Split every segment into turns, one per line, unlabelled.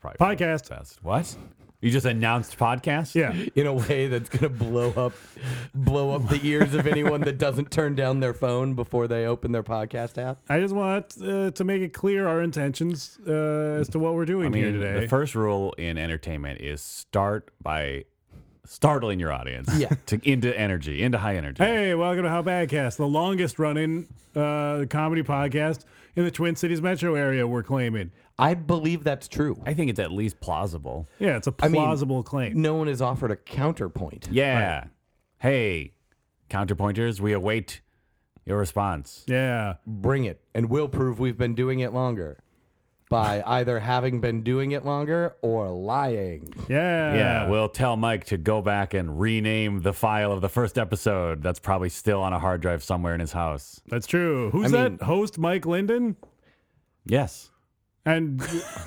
probably
Podcast.
Best. What? You just announced podcast?
Yeah.
in a way that's gonna blow up, blow up the ears of anyone that doesn't turn down their phone before they open their podcast app.
I just want uh, to make it clear our intentions uh, as to what we're doing
I mean,
here today.
the first rule in entertainment is start by startling your audience.
Yeah.
To into energy, into high energy.
hey, welcome to How Badcast, the longest running uh, comedy podcast in the Twin Cities metro area, we're claiming.
I believe that's true.
I think it's at least plausible.
Yeah, it's a
I mean,
plausible claim.
No one has offered a counterpoint.
Yeah. Hey, counterpointers, we await your response.
Yeah.
Bring it, and we'll prove we've been doing it longer by either having been doing it longer or lying.
Yeah.
Yeah, we'll tell Mike to go back and rename the file of the first episode. That's probably still on a hard drive somewhere in his house.
That's true. Who's
I mean-
that? Host Mike Linden?
Yes.
And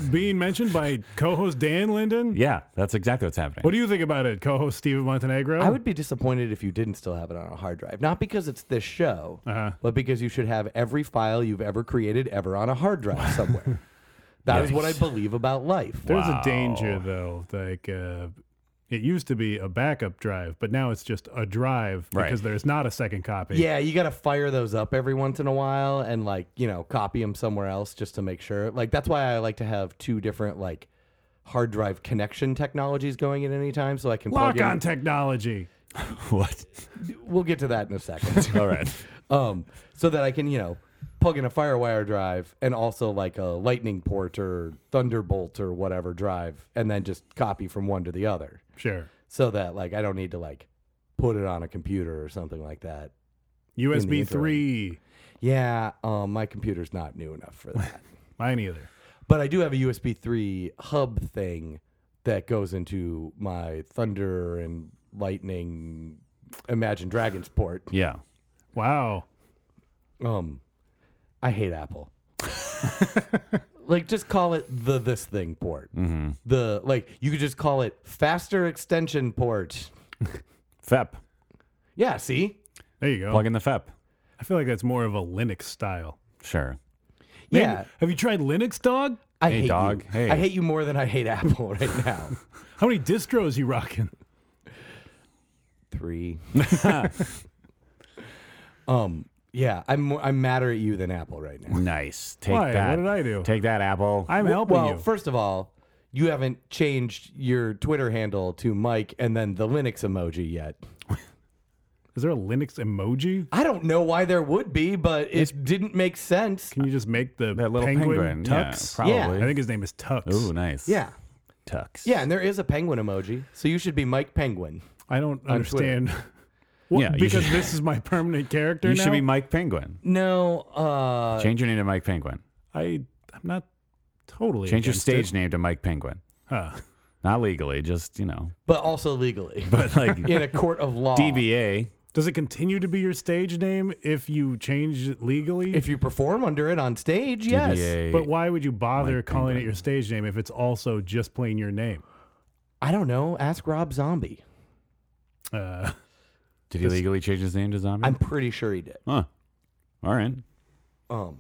being mentioned by co host Dan Linden?
Yeah, that's exactly what's happening.
What do you think about it, co host Steven Montenegro?
I would be disappointed if you didn't still have it on a hard drive. Not because it's this show,
Uh-huh.
but because you should have every file you've ever created ever on a hard drive somewhere. That is what I believe about life.
There's a danger, though. Like, uh, it used to be a backup drive, but now it's just a drive
Right.
because there's not a second copy.
Yeah, you got to fire those up every once in a while and like, you know, copy them somewhere else just to make sure. Like that's why I like to have two different like hard drive connection technologies going at any time so I can plug
Lock
in.
on technology.
what?
We'll get to that in a second.
All right.
um so that I can, you know, plug in a firewire drive and also like a lightning port or thunderbolt or whatever drive and then just copy from one to the other
Sure.
so that like I don't need to like put it on a computer or something like that.
USB
interim.
3.
Yeah, um, my computer's not new enough for that.
Mine either.
But I do have a USB 3 hub thing that goes into my Thunder and Lightning Imagine Dragons port.
Yeah.
Wow.
Um, I hate Apple. like, just call it the this thing port.
Mm-hmm.
The like, you could just call it faster extension port.
FEP.
Yeah, see,
There you go.
Plug in the FEP.
I feel like that's more of a Linux style.
Sure.
Maybe-
yeah,
Have you tried Linux, dog?
I
Hey,
hate
dog.
You.
Hey.
I hate you more than I hate Apple right now.
How many distros you rocking?
Three. um. Yeah, I'm more, I'm madder at you than Apple right now.
Nice. Take
Why? What
that.
did I do?
Take that, Apple.
I'm helping
well,
you.
first of all, you haven't changed your Twitter handle to Mike and then the Linux emoji yet.
Is there a Linux emoji?
I don't know why there would be, but it didn't make sense.
Can you just make the
that little penguin.
penguin, Tux?
Yeah,
Yeah.
probably.
I think his name is Tux.
Ooh, nice.
Yeah.
Tux.
Yeah, and there is a penguin emoji, so you should be Mike Penguin.
I don't
Twitter.
understand. What-
Yeah, you
because
should-
this is my permanent character
You
now.
should be Mike Penguin.
No, uh
Change your name to Mike Penguin.
I I'm not totally
Change your
against
stage
it.
name to Mike Penguin.
Huh.
Not legally, just, you know,
but also legally.
but like
in a court of law.
DBA.
Does it continue to be your stage name if you change it legally?
If you perform under it on stage, yes.
DBA.
but why would you bother
Mike
calling it
Penguin.
your stage name if it's also just plain your name?
I don't know. Ask Rob Zombie.
Uh,
Did he legally change his name to Zombie?
I'm pretty sure he did.
huh. All right.
Um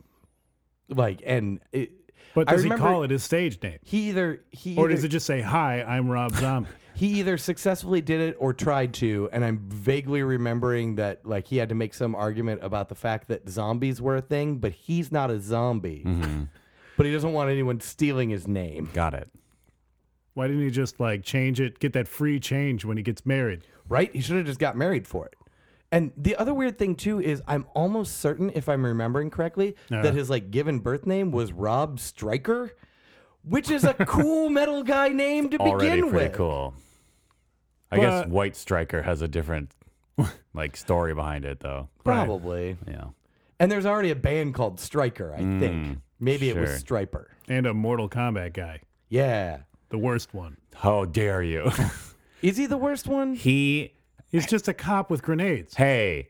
like and it,
but
I
does he
remember-
call it his stage name,
he either he
or
either,
does it just say "Hi, I'm Rob Zombie"?
he either successfully did it or tried to and i'm vaguely remembering that like he had to make some argument about the fact that zombies were a thing but he's not a zombie
Mm-hmm.
but he doesn't want anyone stealing his name
Got it.
why didn't he just like change it, get that free change when he gets married?
right he should have just got married for it and the other weird thing too is i'm almost certain if i'm remembering correctly that his like given birth name was rob striker which is a cool metal guy name to
Already
begin
pretty
with
cool. I
But-
guess White Striker has a different like story behind it though.
probably
Yeah.
and there's already a band called striker i think maybe it
Mm. sure.
was striper
And a Mortal Kombat guy,
Yeah.
the worst one.
How dare you?
Is he the worst one?
he
He's just a cop with grenades
hey,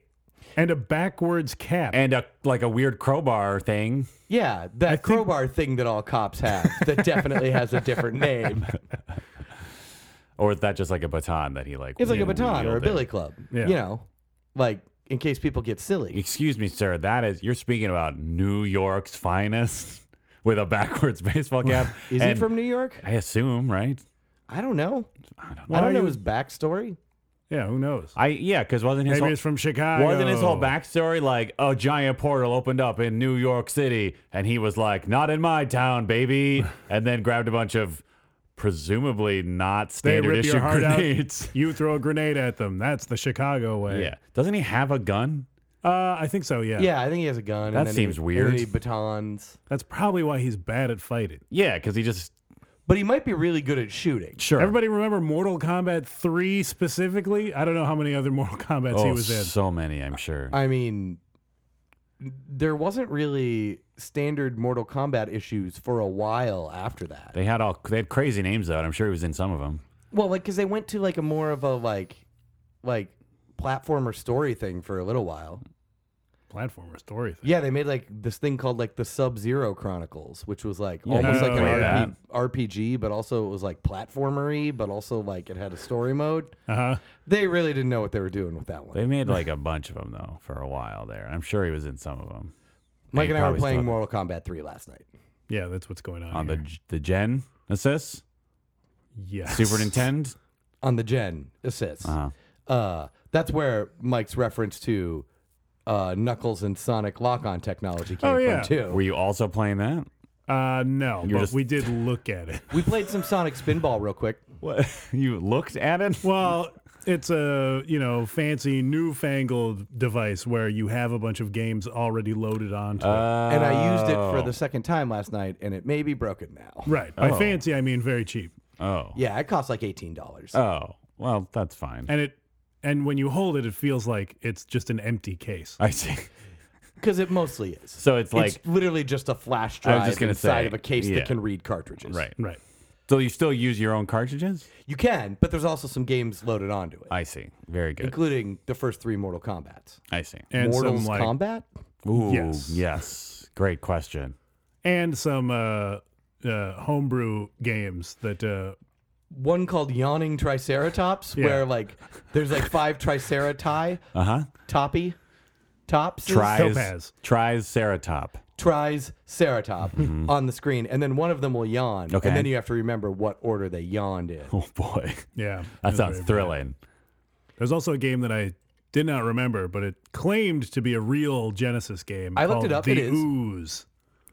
and a backwards cap.
and a like a weird crowbar thing.
Yeah, that crowbar thing that all cops have that definitely has a different name.
Or is that just like a baton that he like?
It's like a baton or a
wielded?
billy club.
Yeah.
You know, like in case people get silly.
Excuse me, sir. That is you're speaking about New York's finest. with a backwards baseball cap.
Is he
And
from New York?
I assume, right?
I don't know.
I don't know.
Why
I don't
are
know
you-
his backstory.
Yeah, who knows?
I yeah, because wasn't his
Maybe
whole,
it's from Chicago.
wasn't his whole backstory like a giant portal opened up in New York City, and he was like, "Not in my town, baby," and then grabbed a bunch of presumably not
They
standard
rip
issue
your heart
grenades.
out. You throw a grenade at them. That's the Chicago way.
Yeah, doesn't he have a gun?
Uh, I think so. Yeah.
Yeah, I think he has a gun.
That
and then
seems
he,
weird.
And then he batons,
That's probably why he's bad at fighting.
Yeah, because he just
but he might be really good at shooting.
sure.
Everybody remember Mortal Kombat 3 specifically? I don't know how many other Mortal Kombats
oh,
he was in.
so many, I'm sure.
I mean, there wasn't really standard Mortal Kombat issues for a while after that.
they had all they had crazy names though, and I'm sure he was in some of them.
Well, like because they went to like a more of a like, like platformer story thing for a little while.
Platformer story thing.
Yeah, they made like this thing called like the Sub Zero Chronicles, which was like
Yeah,
almost
you
like
could play
an RP- RPG, but also it was like platformery, but also like it had a story mode.
Uh huh.
They really didn't know what they were doing with that one.
They made like a bunch of them though for a while there. I'm sure he was in some of them.
Mike
They
and I were
probably
playing
still-
Mortal Kombat 3 last night.
Yeah, that's what's going on.
on
here.
the the Gen Assist
yes.
Super Nintendo.
on the gen assists.
Uh-huh.
Uh, that's where Mike's reference to uh, Knuckles and Sonic lock-on technology came
Oh, yeah.
from too.
Were you also playing that?
Uh, no,
You're
but
just-
we did look at it.
We played some Sonic Spinball real quick.
What you looked at it?
Well, it's a you know fancy newfangled device where you have a bunch of games already loaded onto it.
And I used it for the second time last night, and it may be broken now.
Right. By
Oh.
fancy, I mean very cheap.
oh
Yeah, it costs like eighteen dollars.
oh well that's fine.
And it and when you hold it, it feels like it's just an empty case.
I see.
Because it mostly is.
So it's like
it's literally just a flash
I was
drive
just gonna
inside
say,
of a case
yeah.
that can read cartridges.
right.
Right.
So you still use your own cartridges?
You can, but there's also some games loaded onto it,
I see. Very good.
including the first three Mortal Kombat.
I see.
And
Mortals
some like
Kombat?
Ooh
Yes.
yes. Great question.
and some uh, uh, homebrew games that uh,
one called Yawning Triceratops, where like there's like five Triceratops,
Uh huh.
toppy, tops,
Tries
Topaz.
tries Ceratop.
tries Ceratop on the screen, and then one of them will yawn,
Mm-hmm. Okay.
and then you have to remember what order they yawned in.
Oh boy,
yeah.
that
it's
sounds
very-
thrilling.
There's also a game that I did not remember, but it claimed to be a real Genesis game.
I looked it
called
up,
The
it is.
Ooze.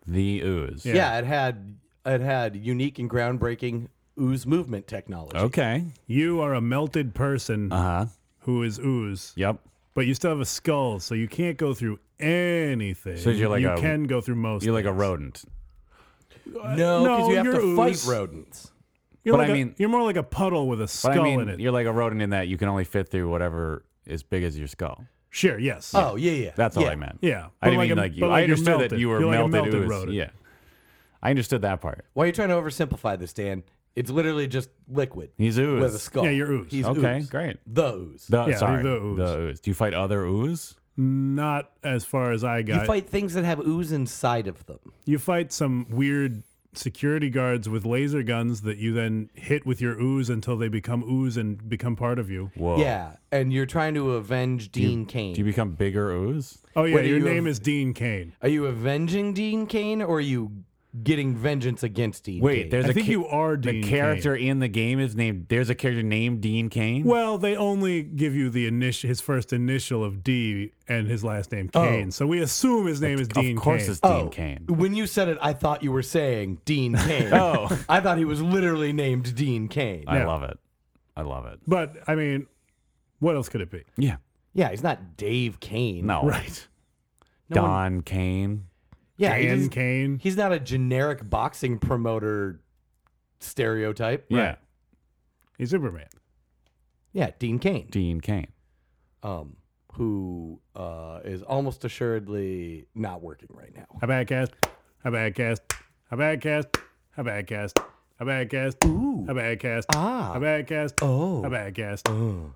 The ooze.
Yeah. it had it had unique and groundbreaking ooze movement technology.
Okay.
You are a melted person
Uh huh.
who is ooze.
Yep.
But you still have a skull, so you can't go through anything.
So you're like
you
a-
can go through most.
You're like a
things.
rodent.
No, because
No,
you have to
you're
fight
ooze.
rodents.
You're
but
like
I
a-
mean-
you're more like a puddle with a
But
skull
I mean,
in it.
you're like a rodent in that you can only fit through whatever is big as your skull.
Sure, yes,
Oh yeah, yeah.
That's all
yeah.
I meant.
yeah.
I
But
didn't
a-
mean like you.
but
I
you're
understood that
melted.
you were
You're like a
melted,
melted
ooze.
rodent.
Yeah. I understood that part.
Why are you trying to oversimplify this, Dan? It's literally just liquid.
He's ooze.
with a skull.
Yeah, you're ooze.
He's
okay,
ooze.
great.
The ooze.
The,
Yeah,
sorry,
the ooze.
Do you fight other ooze?
Not as far as I got.
You fight things that have ooze inside of them.
You fight some weird security guards with laser guns that you then hit with your ooze until they become ooze and become part of you.
Whoa.
Yeah, and you're trying to avenge Dean Cain.
Do you become bigger ooze?
Oh yeah,
Whether
your
you
name
have-
is Dean Kane.
are you avenging Dean Cain, or are you getting vengeance against Dean? Cain?
Wait, there's
I
a
think
ca-
you are
the
Dean Cain.
character in the game is named. There's a character named Dean Kane.
Well, they only give you the initial, his first initial of D and his last name Kane. So we assume his name is Dean
of course,
Kane.
it's
Oh,
Dean Kane.
When you said it, I thought you were saying Dean Cain.
Oh.
I thought he was literally named Dean Cain.
I
yeah.
love it. I love it.
But I mean, what else could it be?
Yeah.
yeah, he's not Dave Cain.
No.
Right.
No one-
Don Kane.
yeah, he
Dan
doesn't-
Kane.
he's not a generic boxing promoter stereotype.
Yeah.
He's Superman.
Yeah, Dean Cain.
Dean Kane.
um, who uh, is almost assuredly not working right now.
A bad cast. A bad cast. A bad cast. A bad cast. A bad cast. Ooh. A bad cast.
Ah.
A bad cast.
Oh.
A bad cast. Oh.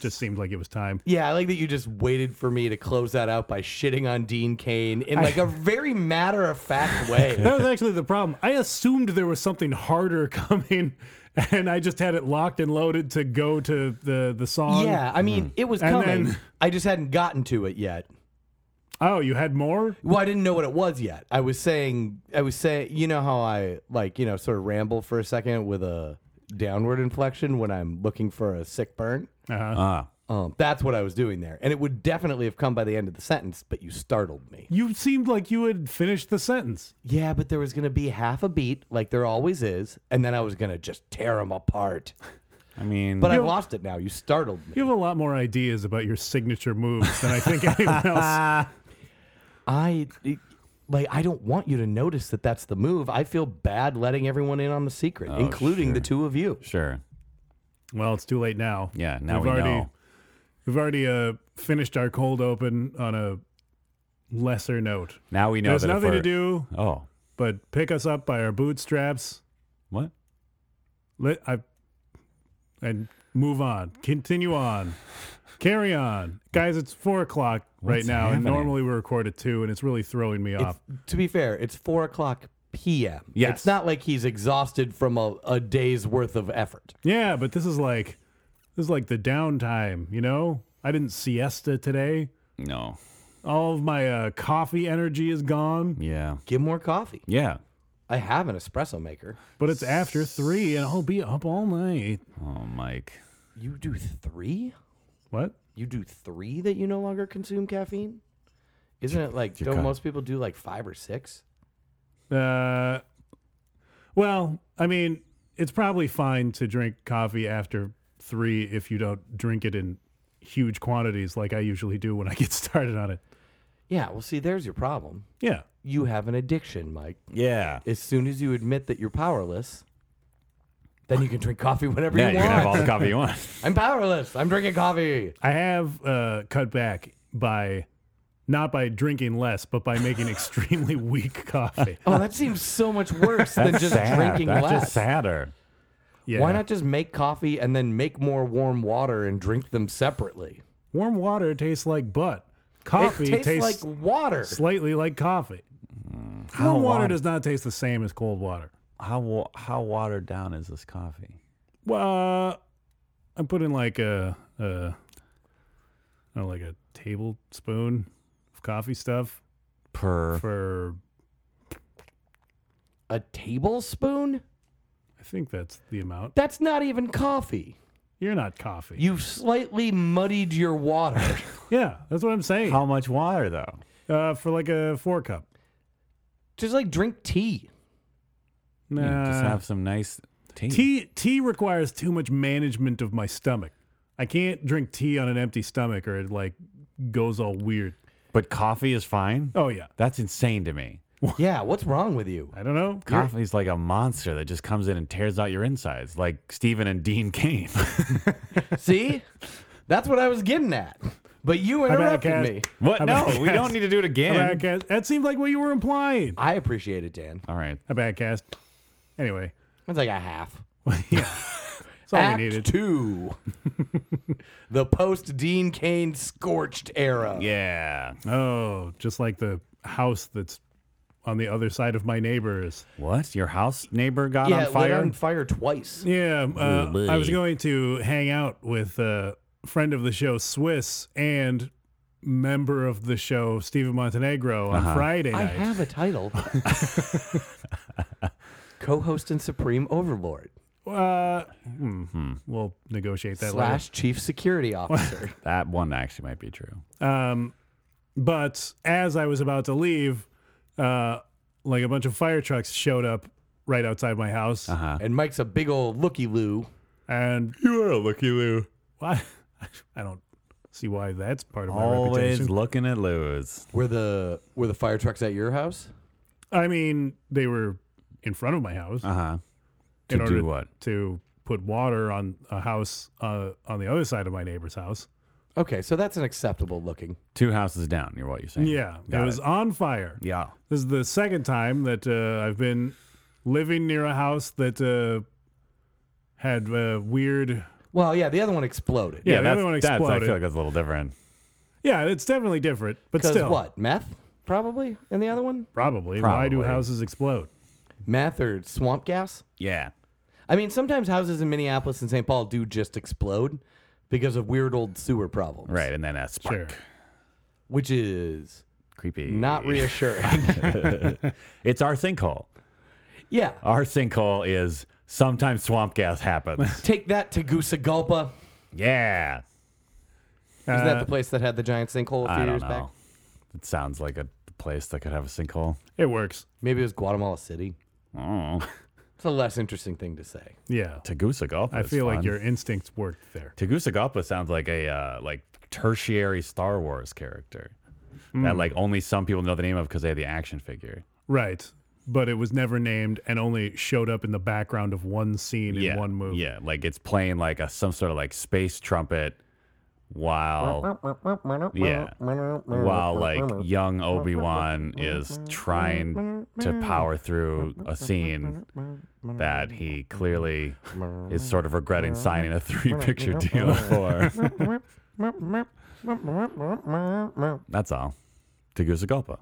Just seemed like it was time.
Yeah, I like that you just waited for me to close that out by shitting on Dean Kane in like a very matter of fact way.
That was actually the problem. I assumed there was something harder coming, and I just had it locked and loaded to go to the the song.
yeah, I mean, it was
And
coming.
then-
I just hadn't gotten to it yet.
Oh, you had more?
Well, I didn't know what it was yet. I was saying, I was saying, you know how I like, you know, sort of ramble for a second with a downward inflection when I'm looking for a sick burn.
Uh-huh.
Ah.
Um, that's what I was doing there, and it would definitely have come by the end of the sentence, but you startled me.
You seemed like you had finished the sentence.
Yeah, but there was going to be half a beat, like there always is, and then I was going to just tear them apart.
I mean,
But I lost it now. You startled me.
You have a lot more ideas about your signature moves than I think anyone else.
I it- like I don't want you to notice that that's the move. I feel bad letting everyone in on the secret, including the two of you.
Oh, sure.
Well, it's too late now.
Yeah, now we
already,
know.
We've already uh, finished our cold open on a lesser note.
Now we know
There's
that if
nothing to
we're-
do
Oh,
but pick us up by our bootstraps.
what?
Let I and move on. Continue on. Carry on, guys. It's four o'clock right
What's
now, and
happening?
normally we record at two, and it's really throwing me off.
It's- to be fair, it's four o'clock p.m.
Yes.
It's not like he's exhausted from a, a day's worth of effort.
Yeah, but this is like this is like the downtime. You know, I didn't siesta today.
No.
All of my uh, coffee energy is gone,
Yeah.
Give more coffee.
Yeah.
I have an espresso maker.
but it's after three, and I'll be up all night.
Oh, Mike.
You do three?
What?
You do three that you no longer consume caffeine? Isn't it like, don't
cut-
most people do like five or six?
Uh, well, I mean, it's probably fine to drink coffee after three if you don't drink it in huge quantities like I usually do when I get started on it.
Yeah, well, see, there's your problem.
Yeah.
You have an addiction, Mike.
Yeah.
As soon as you admit that you're powerless, then you can drink coffee whenever
Yeah,
you
you
want.
can have all the coffee you want.
I'm powerless. I'm drinking coffee.
I have uh, cut back by not by drinking less, but by making extremely weak coffee.
Oh, that seems so much worse than just drinking
That's
less.
just sadder.
Yeah.
Why not just make coffee and then make more warm water and drink them separately?
Warm water tastes like butt. Coffee
it tastes, like water.
slightly like coffee.
Mm,
Warm water does not taste the same as cold water.
How wa- how watered down is this coffee?
Well, uh, I'm putting like a, a oh, like a tablespoon of coffee stuff
Per
for.
A tablespoon?
I think that's the amount.
That's not even coffee.
You're not coffee.
You've slightly muddied your water.
yeah, that's what I'm saying.
how much water though?
Uh, for like a four cup.
just like drink tea.
Nah.
Yeah, just have some nice tea.
Uh, tea tea requires too much management of my stomach. I can't drink tea on an empty stomach, or it like goes all weird.
But coffee is fine.
Oh yeah,
That's insane to me.
Yeah, what's wrong with you?
I don't know.
Coffee's like a monster that just comes in and tears out your insides, like Stephen and Dean Kane.
See? That's what I was getting at. But you interrupted
Cass?
me.
what? No,
about
we
that?
don't need to do it
A bad
again.
cast. That seemed like what you were implying.
I appreciate it, Dan.
All right.
A bad cast. Anyway,
It's like a half.
that's all
Act
we needed.
two. the post Dean Kane scorched era.
Yeah.
Oh, just like the house that's on the other side of my neighbor's.
What? Your house neighbor got
Yeah,
on
it lit
fire?
on fire twice.
Yeah, uh, I was
buddy.
going to hang out with a friend of the show, Swiss, and member of the show, Stephen Montenegro, on Friday
I
night.
have a title. Co-host and Supreme Overlord
Uh, We'll negotiate that later.
slash Chief Security Officer.
That one actually might be true.
But as I was about to leave, uh, like a bunch of fire trucks showed up right outside my house,
and Mike's a big old looky loo.
and
You are a looky loo.
why? I don't see why that's part of my
Always
reputation.
looking at Lou's.
Were the were the fire trucks at your house?
I mean, they were in front of my house
Uh huh.
in
To
order
do what?
to put water on a house uh, on the other side of my neighbor's house.
Okay, so that's an acceptable looking.
Two houses down. You're what you're saying.
Yeah,
Got
it was on fire.
Yeah.
This is the second time that uh, I've been living near a house that uh, had uh, weird.
Well, yeah, the other one exploded.
Yeah,
Yeah,
the
that's,
other one
that's- I
exploded.
feel like that's a little different.
Yeah, it's definitely different, but
Because
still,
what? Meth? Probably? And the other one?
Probably. Why do
Probably.
houses explode?
Meth or swamp gas?
Yeah.
I mean, sometimes houses in Minneapolis and St. Paul do just explode because of weird old sewer problems.
Right. And then a spark.
Sure.
Which is
Creepy.
Not reassuring.
It's our sinkhole.
yeah.
Our sinkhole is sometimes swamp gas happens.
Take that to Gulpa.
yeah.
Isn't that the place that had the giant sinkhole a few
Uh, I don't
years
know.
back?
It sounds like a place that could have a sinkhole.
It works.
Maybe it was Guatemala City.
Oh,
It's a less interesting thing to say.
Yeah.
Tegucigalpa.
I
is
feel like
fun.
your instincts worked there.
Tegucigalpa sounds like a uh, like tertiary Star Wars character that like only some people know the name of because they have the action figure.
Right. But it was never named and only showed up in the background of one scene in one movie.
Yeah, like it's playing like a some sort of like space trumpet while yeah, while like young Obi Wan is trying to power through a scene that he clearly is sort of regretting signing a three picture deal for. That's all. Tegucigalpa.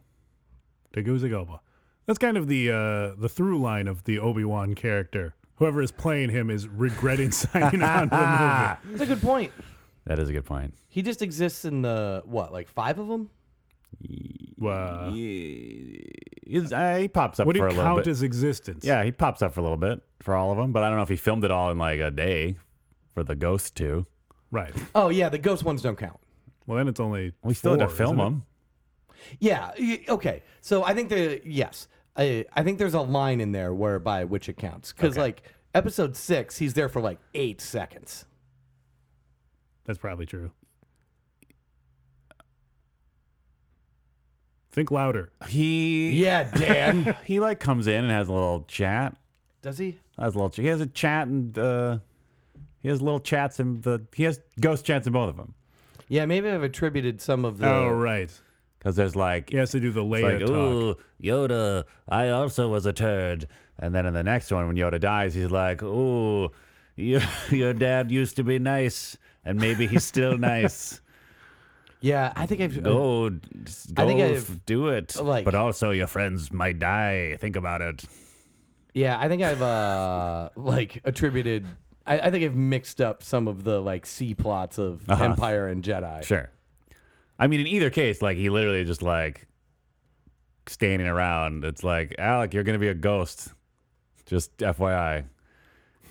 Tegucigalpa. That's kind of the uh, the through line of the Obi Wan character. Whoever is playing him is regretting signing on to the movie.
That's a good point.
That is a good point.
He just exists in the what, like five of them?
Wow.
He's- uh, he pops up
Uh, What do
for
you
a little
count
bit.
as existence?
yeah, he pops up for a little bit for all of them, but I don't know if he filmed it all in like a day for the ghost two.
Right.
Oh yeah, the ghost ones don't count.
Well, then it's only.
We still had to
four,
film
isn't it?
him.
Yeah. y- Okay. So I think the yes, I, I think there's a line in there whereby which it counts because like episode six, he's there for like eight seconds.
That's probably true. Think louder.
He
Yeah, Dan.
he like comes in and has a little chat.
Does he?
Has a little. He has a chat and uh, he has little chats and the he has ghost chats in both of them
Yeah, maybe I've attributed some of the.
Oh, right.
because there's like
He has to do the
It's
Leia
like,
talk.
ooh, Yoda, I also was a turd. And then in the next one, when Yoda dies, he's like, ooh, your, your dad used to be nice, and maybe he's still nice.
Yeah, I think I've. uh,
Go, d-
I
go,
think
f-
I've,
do it.
like-
but also, your friends might die. Think about it.
Yeah, I think I've uh like attributed. I, I think I've mixed up some of the like C plots of Empire and Jedi.
Sure. I mean, in either case, like he literally just like standing around. It's like, Alec, you're gonna be a ghost. Just FYI.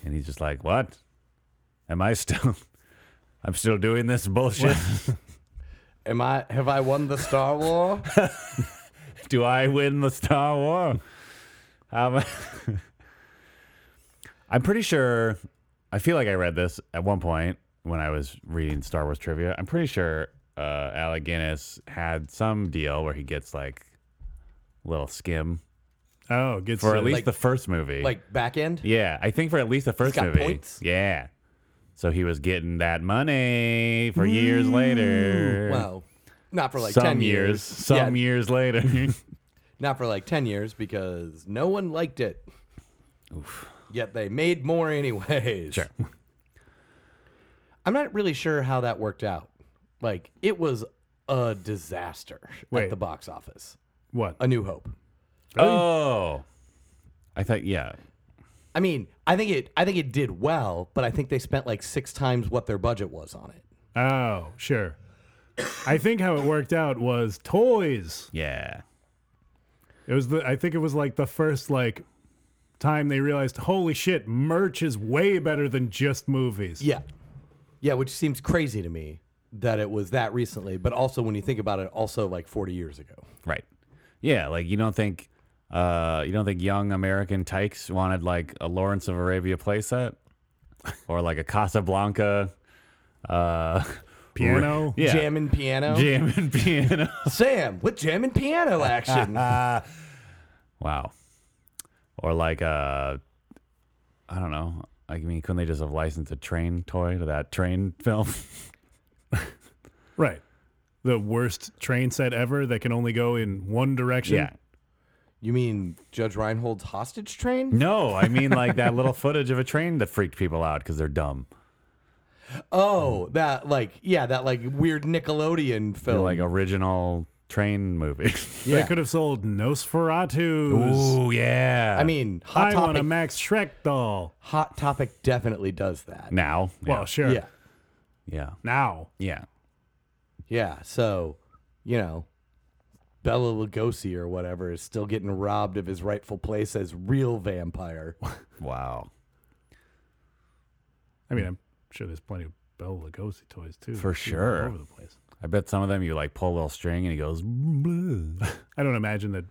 And he's just like, What? Am I still I'm still doing this bullshit?
Am I? Have I won the Star War?
Do I win the Star War? Um, I'm pretty sure. I feel like I read this at one point when I was reading Star Wars trivia. I'm pretty sure uh, Alec Guinness had some deal where he gets like a little skim
Oh, gets
for
uh,
at least
Like-
the first movie.
like back end?
yeah, I think for at least the 1st
got
movie.
points?
Yeah. So he was getting that money for years later.
Well, not for like
some
ten years.
Some
Yeah,
years later.
Not for like ten years because no one liked it. Yet they made more anyways.
Sure.
I'm not really sure how that worked out. Like it was a disaster at
Wait.
the box office.
what?
A New Hope.
Oh. I thought, yeah.
I mean, I think it I think it did well, but I think they spent like six times what their budget was on it.
Oh, sure. I think how it worked out was toys.
Yeah.
It was the. I think it was like the first like time they realized, holy shit, merch is way better than just movies.
Yeah. Yeah, which seems crazy to me that it was that recently, but also when you think about it, also like forty years ago.
Right. Yeah, like you don't think uh you don't think young American tykes wanted like a Lawrence of Arabia playset or like a Casablanca uh
Piano?
yeah.
Jam and piano.
Jam and piano.
Sam with jam and piano action.
wow. Or like uh I don't know. I mean, couldn't they just have licensed a train toy to that train film?
Right. The worst train set ever that can only go in one direction.
yeah.
you mean Judge Reinhold's hostage train?
No, I mean like that little footage of a train that freaked people out because they're dumb.
Oh, that like yeah, that like weird Nickelodeon
They're
film.
like original train movies.
They
yeah.
could have sold Nosferatu's.
Ooh, yeah.
I mean, Hot
I want
Topic.
a Max Shrek doll.
Hot Topic definitely does that.
now.
Well, sure.
Yeah.
yeah.
Now.
Yeah.
Yeah. So, you know, Bella Lugosi or whatever is still getting robbed of his rightful place as real vampire.
Wow.
I mean, I'm sure there's plenty of Bela Lugosi toys too.
For
People
sure.
all over the place.
I bet some of them you like pull a little string and he goes. "Bleh."
I don't imagine that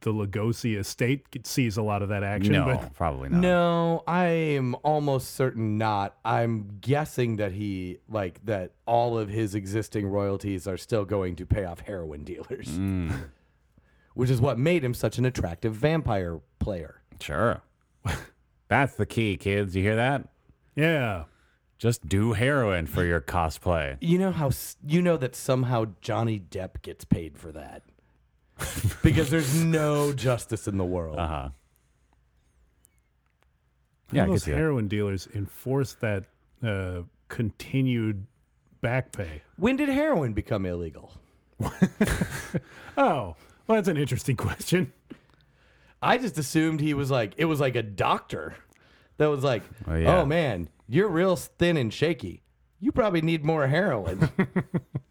the Lugosi estate gets- sees a lot of that action.
No,
but
probably not.
No, I'm almost certain not. I'm guessing that he like that all of his existing royalties are still going to pay off heroin dealers. Which is what made him such an attractive vampire player.
Sure. That's the key, kids. You hear that?
yeah,
Just do heroin for your cosplay.
You know how s- you know that somehow Johnny Depp gets paid for that. because there's no justice in the world.
Uh huh. Yeah, I
How
can
those
see that.
heroin dealers enforce that uh, continued back pay.
When did heroin become illegal?
Oh, well, that's an interesting question.
I just assumed he was like it was like a doctor that was like,
Oh,
oh,
yeah.
man, you're real thin and shaky. You probably need more heroin,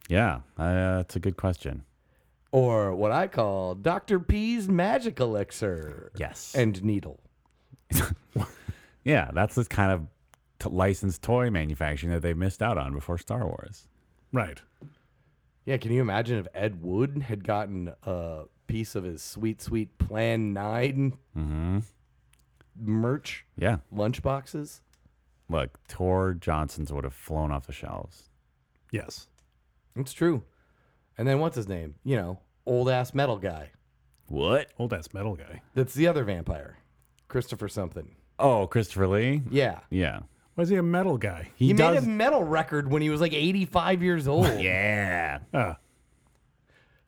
Yeah, uh, that's a good question.
or what I call Doctor P's magic elixir
Yes.
and needle.
yeah, that's the kind of t- licensed toy manufacturing that they missed out on before Star Wars.
Right.
Yeah, can you imagine if Ed Wood had gotten a piece of his sweet, sweet Plan 9 merch
Yeah.
lunchboxes?
Look, Tor Johnson's would have flown off the shelves.
Yes.
It's true. And then what's his name? You know, old ass metal guy.
What?
Old ass metal guy.
That's the other vampire, Christopher something.
Oh, Christopher Lee?
Yeah.
Yeah.
Why is he a metal guy?
He,
He,
does.
made a metal record when he was like 85 years old.
yeah.
Ah,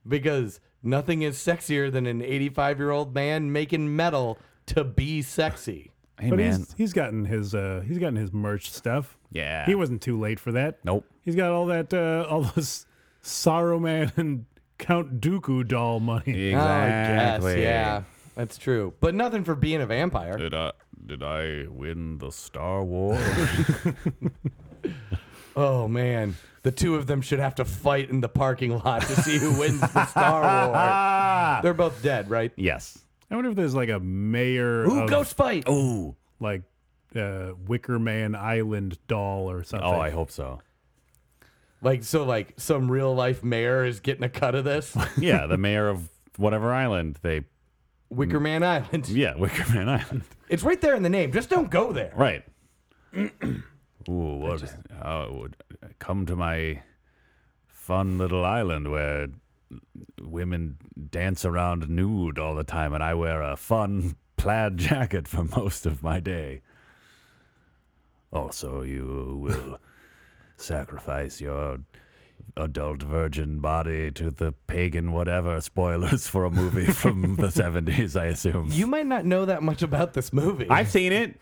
Because nothing is sexier than an 85 year old man making metal to be sexy.
Hey,
but
man.
he's he's gotten his uh, he's gotten his merch stuff.
Yeah.
He wasn't too late for that.
Nope.
He's got all that uh, all those Sorrow Man and Count Dooku doll money.
Exactly. Uh.
I guess, yeah. That's true. But nothing for being a vampire.
Did I did I win the Star Wars?
Oh, man. The two of them should have to fight in the parking lot to see who wins the Star War. They're both dead, right?
yes.
I wonder if there's like a mayor
Who
of
ghost fight?
Oh.
like uh, Wicker Man Island doll or something.
Oh, I hope so.
Like, so, like, some real life mayor is getting a cut of this?
Yeah, the mayor of whatever island they
Wicker Man Island.
yeah Wickerman Island.
It's right there in the name. Just don't go there.
Right. Ooh, what? How it would come to my fun little island where women dance around nude all the time, and I wear a fun plaid jacket for most of my day. Also, you will sacrifice your adult virgin body to the pagan whatever. Spoilers for a movie from the 70s, I assume.
You might not know that much about this movie.
I've seen it.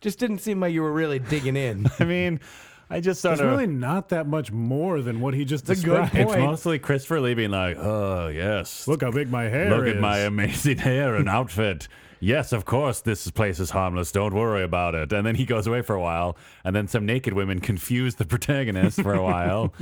just didn't seem like you were really digging in.
I mean, I just sort
There's
of.
really not that much more than what he just
It's a good
described.
It's
point.
mostly Christopher Lee being like, oh, yes.
Look how big my hair
look
is.
at my um, amazing hair and outfit. Yes, of course, this place is harmless. Don't worry about it. And then he goes away for a while, and then some naked women confuse the protagonist for a while.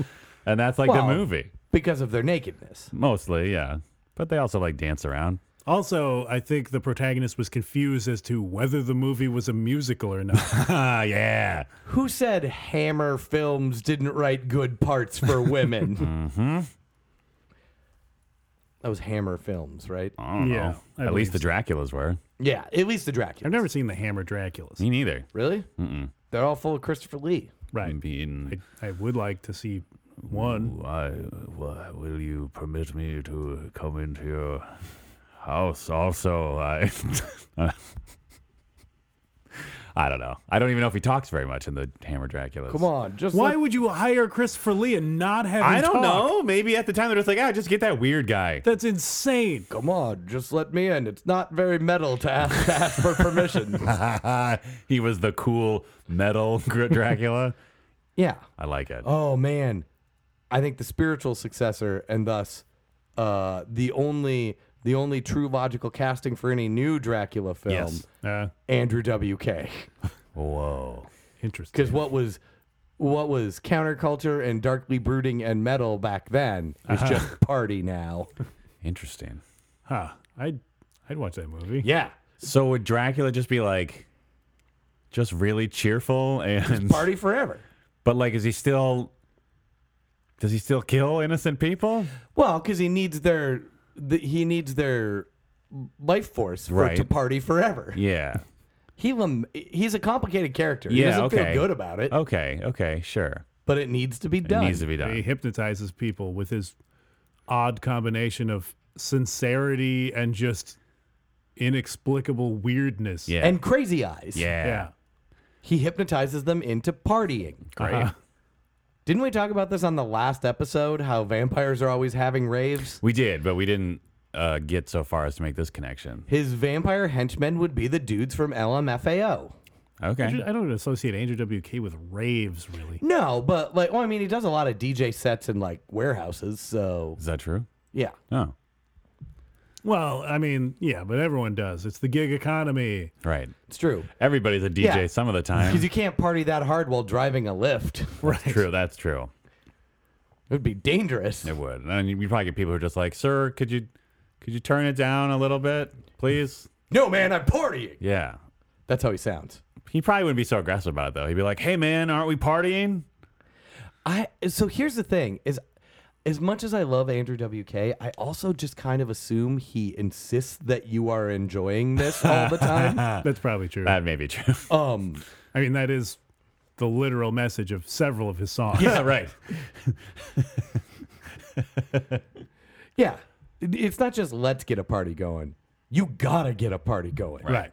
And that's like
Well-
the movie,
because of their nakedness.
mostly, yeah. But they also like dance around.
Also, I think the protagonist was confused as to whether the movie was a musical or not.
Ah, yeah.
Who said Hammer Films didn't write good parts for women? mm-hmm. That was Hammer Films, right?
Uh.
I don't
Yeah,
know.
I
At least the
believe
Draculas were.
Yeah, at least the Dracula.
I've never seen the Hammer Draculas.
Me neither.
Really? Mm-mm. They're all full of Christopher Lee.
I
Right.
mean,
I, I would like to see one.
Why, why will you permit me to come into your house? Also, I, I don't know. I don't even know if he talks very much in the Hammer Dracula.
Come on, just
Why
let-
would you hire Christopher Lee and not have? him
I don't
talk?
know. Maybe at the time they're just like, ah, just get that weird guy.
That's insane.
come on, just let me in. It's not very metal to ask, to ask for permission.
he was the cool metal Gr- Dracula.
yeah.
I like it.
Oh man, I think the spiritual successor and thus uh, the only the only true logical casting for any new Dracula film,
Yes.
Uh,
Andrew WK,
Whoa.
interesting.
because what was what was counterculture and darkly brooding and metal back then is just party now.
Interesting.
Huh. I'd I'd watch that movie.
Yeah.
So would Dracula just be like, just really cheerful and
Party forever.
But like, is he still? Does he still kill innocent people?
Well, because he needs their the, he needs their life force for, to
Right.
party forever.
Yeah.
He lem- he's a complicated character. he
Yeah,
doesn't
okay.
feel good about it,
Okay. Okay. Sure.
but Oh. it needs to be
It
done.
needs to be done.
He hypnotizes people with his odd combination of sincerity and just inexplicable weirdness.
Yeah.
and crazy eyes.
yeah.
Yeah.
He hypnotizes them into partying.
Great.
Didn't we talk about this on the last episode? How vampires are always having raves.
We did, but we didn't uh, get so far as to make this connection.
His vampire henchmen would be the dudes from LMFAO.
Okay.
I don't associate Andrew WK with raves, really.
No, but like, well, I mean, he does a lot of DJ sets in like warehouses, so
Is that true?
yeah.
Oh,
Well, I mean, yeah, but everyone does. It's the gig economy.
right.
It's true.
Everybody's a DJ
Yeah.
some of the
Because
time.
you can't party that hard while driving a lift.
Right.
True. That's true.
It would be dangerous.
It would. And you you probably get people who are just like, "Sir, could you, could you turn it down a little bit, please?"
No, man, I'm partying.
Yeah.
That's how he sounds.
He probably wouldn't be so aggressive about it though. He'd be like, "Hey man, aren't we partying?"
I so here's the thing is as much as I love Andrew WK, I also just kind of assume he insists that you are enjoying this all the time.
That's probably true.
That may be true.
um,
I mean, that is the literal message of several of his songs.
yeah. Right.
yeah. It- It's not just let's get a party going. You gotta get a party going.
Right.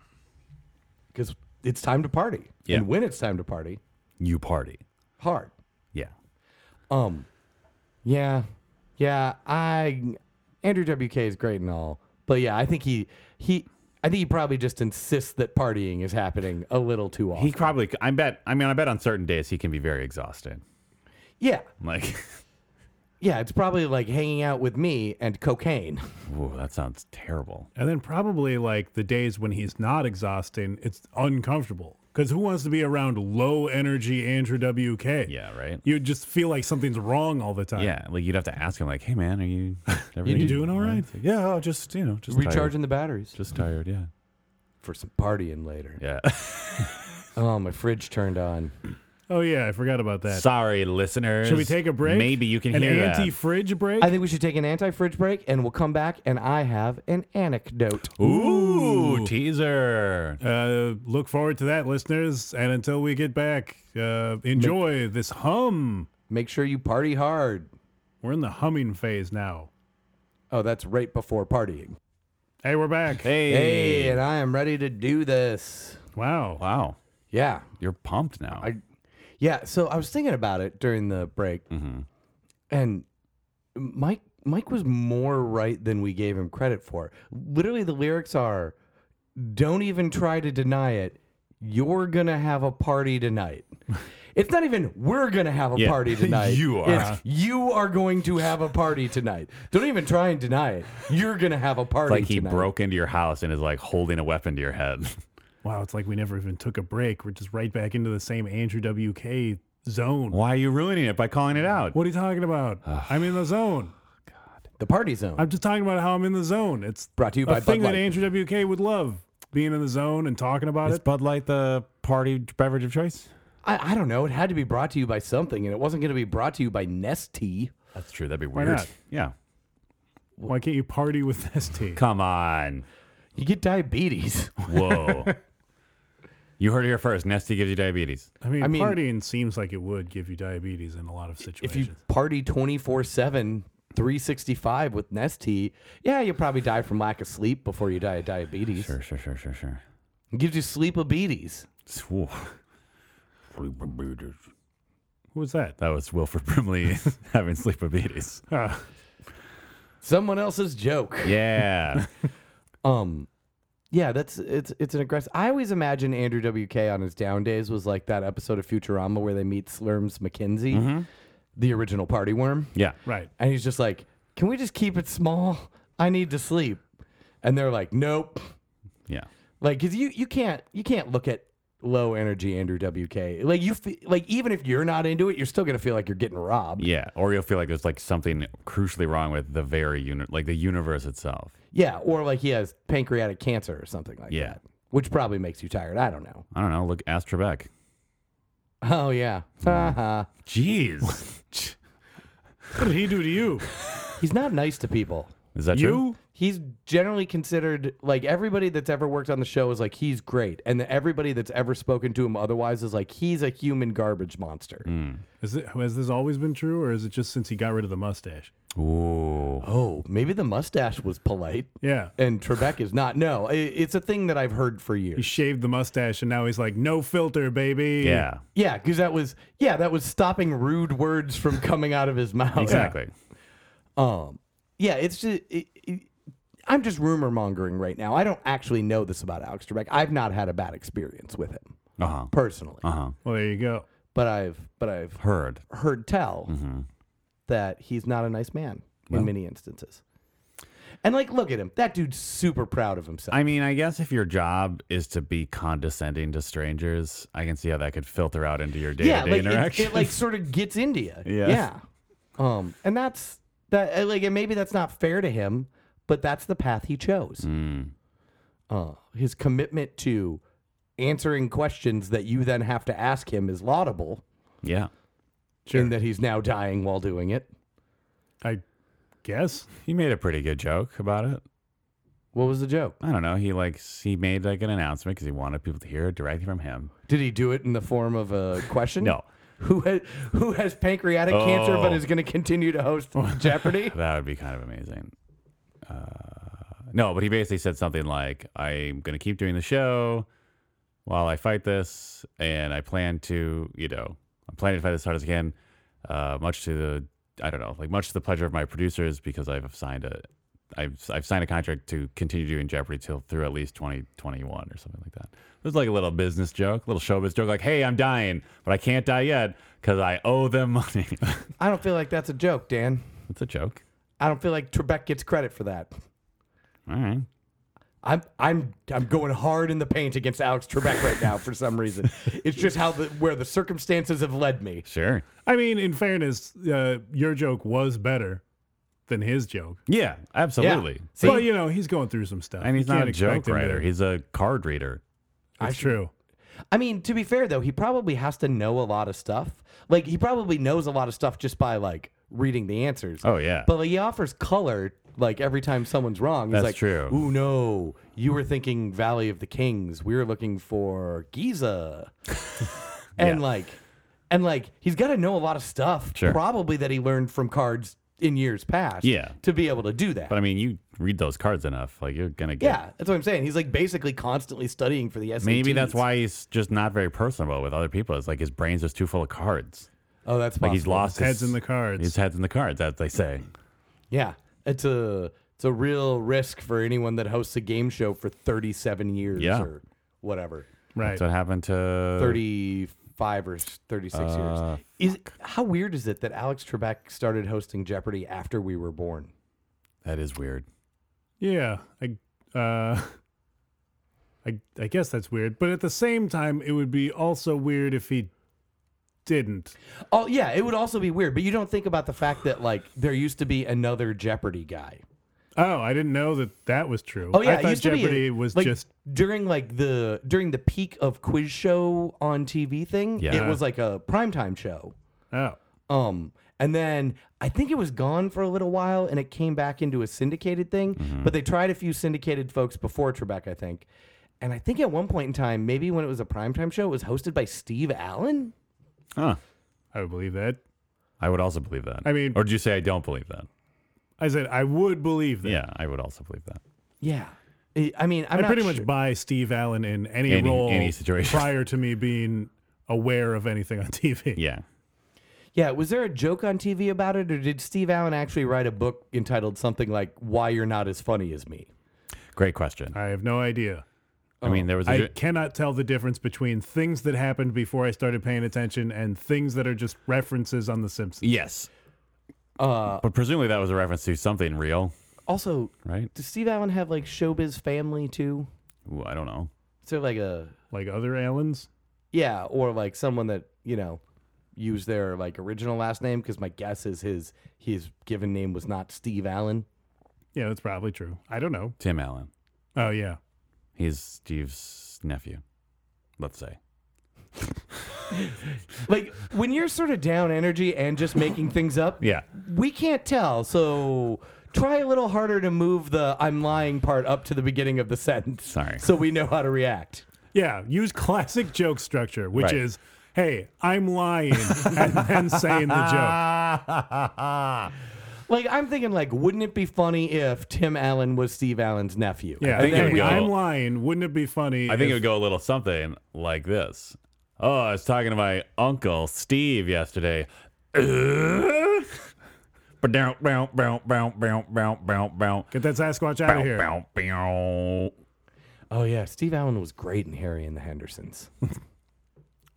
Because it's time to party.
Yeah.
And when it's time to party,
You party.
hard.
Yeah.
Um, yeah, yeah. I Andrew WK is great and all, but yeah, I think he he I think he probably just insists that partying is happening a little too often.
He probably. I bet. I mean, I bet on certain days he can be very exhausted.
yeah,
Like,
yeah. It's probably like hanging out with me and cocaine.
ooh, that sounds terrible.
And then probably like the days when he's not exhausting, it's uncomfortable. Because who wants to be around low energy Andrew WK?
Yeah. Right.
You just feel like something's wrong all the time.
Yeah, like you'd have to ask him, like, "Hey, man, are you everything
You doing all right?
Yeah, oh, just you know, just tired.
Recharging the batteries
just tired. Yeah,
for some partying later.
yeah.
Oh, my fridge turned on.
Oh, yeah. I forgot about that.
Sorry, listeners.
Should we take a break?
Maybe you can
An
hear that.
anti fridge break?
I think we should take an anti-fridge break, and we'll come back, and I have an anecdote.
Ooh, teaser.
uh, look forward to that, listeners. And until we get back, uh, enjoy this hum.
Make sure you party hard.
We're in the humming phase now.
Oh, that's right before partying.
Hey, we're back.
Hey.
Hey, and I am ready to do this.
Wow.
Wow,
Yeah.
you're pumped now.
I- Yeah, so I was thinking about it during the break,
Mhm.
and Mike Mike was more right than we gave him credit for. Literally, the lyrics are, "Don't even try to deny it. You're gonna have a party tonight." It's not even we're gonna have a
Yeah.
party tonight.
You are.
It's, you are going to have a party tonight. Don't even try and deny it. You're gonna have a party.
like he
tonight.
broke into your house and is like holding a weapon to your head.
Wow. It's like we never even took a break. We're just right back into the same Andrew WK zone.
Why are you ruining it by calling it out?
What are you talking about? I'm in the zone.
the party zone.
I'm just talking about how I'm in the zone. It's
Brought to you
a
by Bud
thing that
Light.
Andrew WK would love being in the zone and talking about
Is
it.
Bud Light the party beverage of choice?
I, I don't know. It had to be brought to you by something, and it wasn't going to be brought to you by Nestea.
That's true. That'd be
Why
weird.
not?
Yeah.
Why can't you party with this team?
Come on.
You get diabetes.
Whoa. you heard it here first. Nesty gives you diabetes.
I mean,
I mean-
partying seems like it would give you diabetes in a lot of
if you
situations.
party 24 7, 365 with Nestea, yeah, you'll probably die from lack of sleep before you die of diabetes.
Sure, sure, sure, sure, sure.
It gives you sleepabetes.
Swole.
Who was that?
That was Wilford Brimley having sleepabetes.
Ah,
Someone else's joke.
Yeah.
Um, yeah, that's it's it's an aggressive. I always imagine Andrew WK on his down days was like that episode of Futurama where they meet Slurms McKenzie, the original party worm.
Yeah.
right.
And he's just like, Can we just keep it small? I need to sleep. And they're like, Nope.
Yeah.
Like, cause you you can't you can't look at low energy Andrew WK. Like you feel, like even if you're not into it, you're still gonna feel like you're getting robbed.
Yeah, or you'll feel like there's like something crucially wrong with the very unit, like the universe itself.
Yeah, or like he has pancreatic cancer or something like
Yeah.
that. Which probably makes you tired. I don't know.
I don't know. Look, ask Trebek.
Oh yeah.
Mm-hmm.
Uh-huh. Haha.
Jeez,
What did he do to you?
He's not nice to people.
is that true?
you?
He's generally considered like everybody that's ever worked on the show is like he's great, and everybody that's ever spoken to him otherwise is like he's a human garbage monster.
Mm.
Is it, has this always been true, or is it just since he got rid of the mustache?
Ooh,
Oh, maybe the mustache was polite,
Yeah.
and Trebek is not. No, i it's a thing that I've heard for
He
years.
shaved the mustache, and now he's like, no filter, baby.
yeah,
Yeah, because that was yeah that was stopping rude words from coming out of his mouth.
exactly.
Um, yeah, it's just it, it, I'm just rumor mongering right now. I don't actually know this about Alex Trebek. I've not had a bad experience with him
Uh huh.
personally,
Uh huh.
Well, there you go.
but I've but I've
Heard.
heard tell
Mm-hmm.
that he's not a nice man in many instances. And like, look at him. That dude's super proud of himself.
I mean, I guess if your job is to be condescending to strangers, I can see how that could filter out into your day to
yeah,
day
like it,
interaction.
it like sort of gets into you.
Yeah.
yeah. Um, and that's that. uh, Like, and maybe that's not fair to him, but that's the path he chose.
Mm.
Uh, his commitment to answering questions that you then have to ask him is laudable,
yeah.
Sure.
in that he's now dying while doing it.
I guess.
He made a pretty good joke about it.
What was the joke?
I don't know. He like he made like an announcement because he wanted people to hear it directly from him.
Did he do it in the form of a question?
No,
who has who has pancreatic cancer but
Oh.
is going to continue to host Jeopardy.
that would be kind of amazing. Uh, no, but he basically said something like, "I'm going to keep doing the show while I fight this, and I plan to, you know, I'm planning to fight this hard as I can, uh, much to the, I don't know, like much to the pleasure of my producers because I've signed a." I've, I've signed a contract to continue doing Jeopardy till through at least 2021 or something like that. It was like a little business joke, little showbiz joke, like, hey, I'm dying, but I can't die yet because I owe them money.
I don't feel like that's a joke, Dan.
It's a joke.
I don't feel like Trebek gets credit for that.
All right.
I'm I'm I'm going hard in the paint against Alex Trebek right now for some reason. It's just how the where the circumstances have led me.
Sure.
I mean, in fairness, uh, your joke was better than his joke.
Yeah, absolutely.
See,
well, you know, he's going through some stuff.
And he's
You
not
can't
a
expect
joke
him to-
writer. He's a card reader.
It's true.
I mean, to be fair though, he probably has to know a lot of stuff. Like he probably knows a lot of stuff just by like reading the answers.
Oh yeah.
But like, he offers color like every time someone's wrong. He's
That's
like,
true.
Ooh no, you were thinking Valley of the Kings. We were looking for Giza. and like and like he's gotta know a lot of stuff
Sure.
probably that he learned from cards in years past.
Yeah.
To be able to do that.
but I mean, you read those cards enough, like you're gonna get.
yeah, that's what I'm saying. He's like basically constantly studying for the SATs.
Maybe that's why he's just not very personable with other people. It's like his brain's just too full of cards.
Oh, that's
Like he's
possible.
lost his,
Heads in the cards.
His heads in the cards, as they say.
Yeah. It's a it's a real risk for anyone that hosts a game show for thirty seven years
Yeah.
or whatever.
Right.
That's what happened to
35 or s- 36
Uh,
years. Is how weird is it that Alex Trebek started hosting Jeopardy after we were born?
That is weird.
Yeah, I, uh, I, I guess that's weird. But at the same time, it would be also weird if he didn't.
Oh yeah, it would also be weird, but you don't think about the fact that like there used to be another Jeopardy guy.
Oh, I didn't know that that was true.
Oh yeah,
I
it
thought
used
Jeopardy
to be a-
was
like,
just
during like the during the peak of quiz show on TV thing.
Yeah.
It was like a primetime show.
oh
Um, and then I think it was gone for a little while, and it came back into a syndicated thing.
Mm-hmm.
But they tried a few syndicated folks before Trebek, I think. And I think at one point in time, maybe when it was a primetime show, it was hosted by Steve Allen.
Huh.
I would believe that.
I would also believe that.
I mean-
or did you say I don't believe that?
I said I would believe that.
Yeah, I would also believe that.
Yeah, I I mean, I'm
I
not
pretty
sure.
much buy Steve Allen in any,
Any-
role,
any situation.
prior to me being aware of anything on TV.
Yeah.
Yeah, was there a joke on TV about it, or did Steve Allen actually write a book entitled something like "Why You're Not as Funny as Me"?
Great question.
I have no idea.
I mean, there was a
Oh, I cannot tell the difference between things that happened before I started paying attention and things that are just references on The Simpsons.
yes,
Uh,
but presumably that was a reference to something real,
also,
right?
does Steve Allen have like Showbiz Family too?
Ooh, I don't know.
Is there like a
like other Allens.
Yeah, or like someone that you know used their like original last name because my guess is his his given name was not Steve Allen.
Yeah, that's probably true. I don't know.
Tim Allen.
Oh yeah,
He's Steve's nephew, let's say.
Like when you're sort of down energy and just making things up,
Yeah.
we can't tell. So try a little harder to move the "I'm lying" part up to the beginning of the sentence.
Sorry.
so we know how to react.
Yeah, use classic joke structure, which
Right.
is, "Hey, I'm lying," and then saying the joke.
Like I'm thinking, like, wouldn't it be funny if Tim Allen was Steve Allen's nephew?
Yeah,
I think
then
it would
I'm
go-
lying. Wouldn't it be funny?
I think it
if-
would go a little something like this. Oh, I was talking to my uncle Steve yesterday. Uh, bow, bow, bow, bow, bow, bow, bow, bow.
get that Sasquatch out
Bow,
of here.
bow, bow.
Oh yeah, Steve Allen was great in Harry and the Hendersons.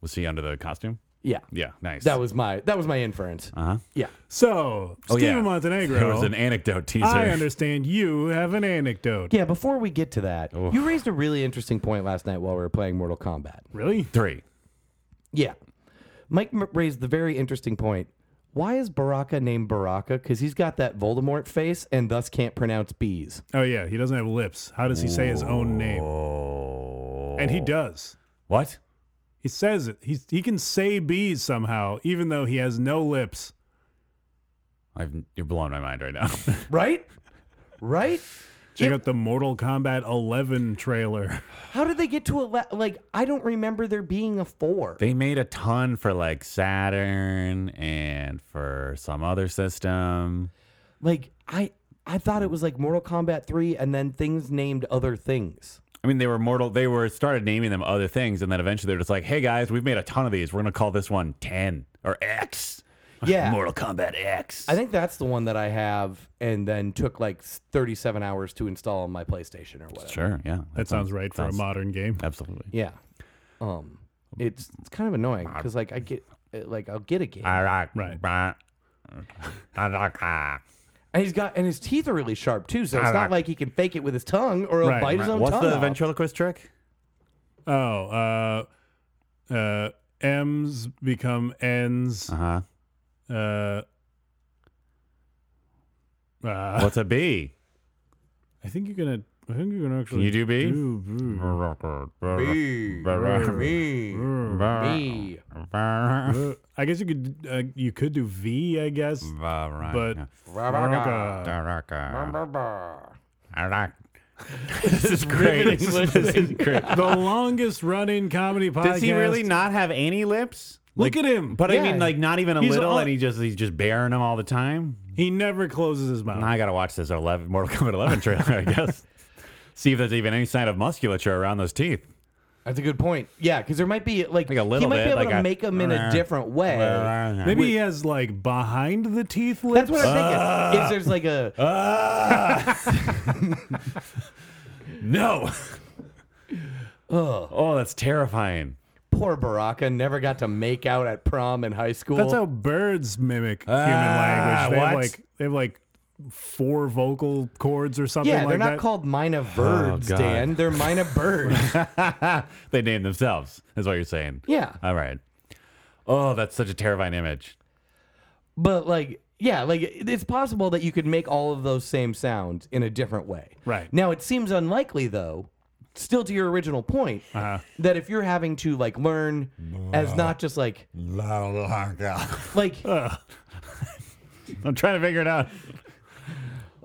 Was he under the costume?
Yeah,
Yeah, nice.
that was my that was my inference.
Uh huh.
Yeah,
So,
Oh,
Steve
yeah.
Montenegro.
There was an anecdote teaser.
I understand you have an anecdote.
yeah. Before we get to that, you raised a really interesting point last night while we were playing Mortal Kombat.
Really?
Three.
Yeah, Mike m- raised the very interesting point. Why is Baraka named Baraka? Because he's got that Voldemort face and thus can't pronounce B's.
Oh yeah, he doesn't have lips. How does he say his own name?
Oh.
And he does.
What?
He says it. He he can say bees somehow, even though he has no lips.
I've, you're blowing my mind right now.
Right? Right?
Check out the Mortal Kombat 11 trailer.
How did they get to a le- like? I don't remember there being a four.
they made a ton for like Saturn and for some other system.
Like I, I thought it was like Mortal Kombat three, and then things named other things.
I mean, they were mortal. They were started naming them other things, and then eventually they're just like, "Hey guys, we've made a ton of these. We're gonna call this one 10 or X.
Yeah.
Mortal Kombat X.
I think that's the one that I have, and then took like thirty-seven hours to install on my PlayStation or whatever.
sure, yeah,
That sounds right for a modern game.
Absolutely.
Yeah. Um, it's it's kind of annoying because like I get uh, like I'll get a game,
Right.
and he's got and his teeth are really sharp too, so it's not like he can fake it with his tongue or he'll
Right,
bite his own
What's
tongue.
the
off.
ventriloquist trick?
Oh, uh uh M's become N's.
Uh huh.
Uh, uh,
What's a B?
I think you're gonna. I think you're gonna
Can
actually.
you do B?
do-
Me, me, me.
Uh, I guess you could. Uh, you could do V. I guess.
Mm,
But
Baraka.
This is great. This is great.
the longest running comedy podcast.
Does he really not have any lips?
Look
Like-
at him.
But I
Yeah.
mean, like not even a
He's
little,
all-
and he just he's just bearing them all the time.
he never closes his mouth.
Now I gotta watch this 11 Mortal Kombat 11 trailer, I guess. See if there's even any sign of musculature around those teeth.
That's a good point. Yeah, because there might be like,
Like a
he
little
might be
bit,
able
like
to
a-
make them in a different way.
Maybe he has like behind the teeth lips.
That's what I'm
Ah.
thinking. If there's like a
no. Oh, that's terrifying.
poor Baraka never got to make out at prom in high school.
That's how birds mimic human
Ah,
language. They have
what?
like they have like four vocal cords or something
yeah,
like
they're not
that.
called mina birds,
Oh, God.
Dan. They're mina birds.
they named themselves. Is what you're saying.
yeah,
All right. Oh, that's such a terrifying image.
but like, yeah, like it- it's possible that you could make all of those same sounds in a different way.
Right.
Now it seems unlikely, though. Still, to your original point,
Uh-huh.
that if you're having to like learn as not just like like
Uh.
I'm trying to figure it out.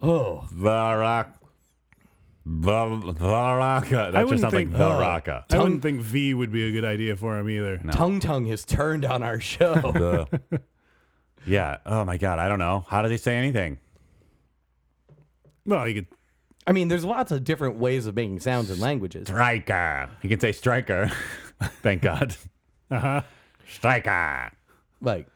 oh
Baraka. Baraka. That
wouldn't
just sounds like
think-
Baraka.
I wouldn't think V would be a good idea for him either.
tongue tongue has turned on our show.
Yeah. Oh my God. I don't know. How does he say anything?
Well, you could.
I mean, there's lots of different ways of making sounds and languages.
Striker. He can say striker. Thank God.
Uh huh.
Striker.
Like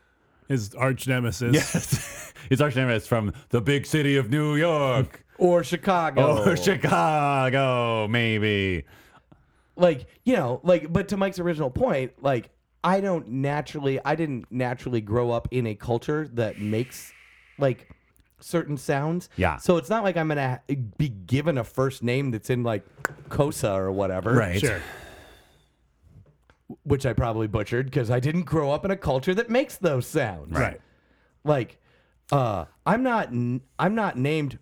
His arch nemesis.
Yes. His arch name is from the big city of New York
or
Oh,
Chicago.
or Chicago, maybe.
like you know like but to mike's original point like i don't naturally i didn't naturally grow up in a culture that makes like certain sounds
Yeah.
so it's not like i'm gonna ha- be given a first name that's in like kosa or whatever
Right.
Sure.
which I probably butchered because I didn't grow up in a culture that makes those sounds.
Right.
Like, uh, I'm not n- I'm not named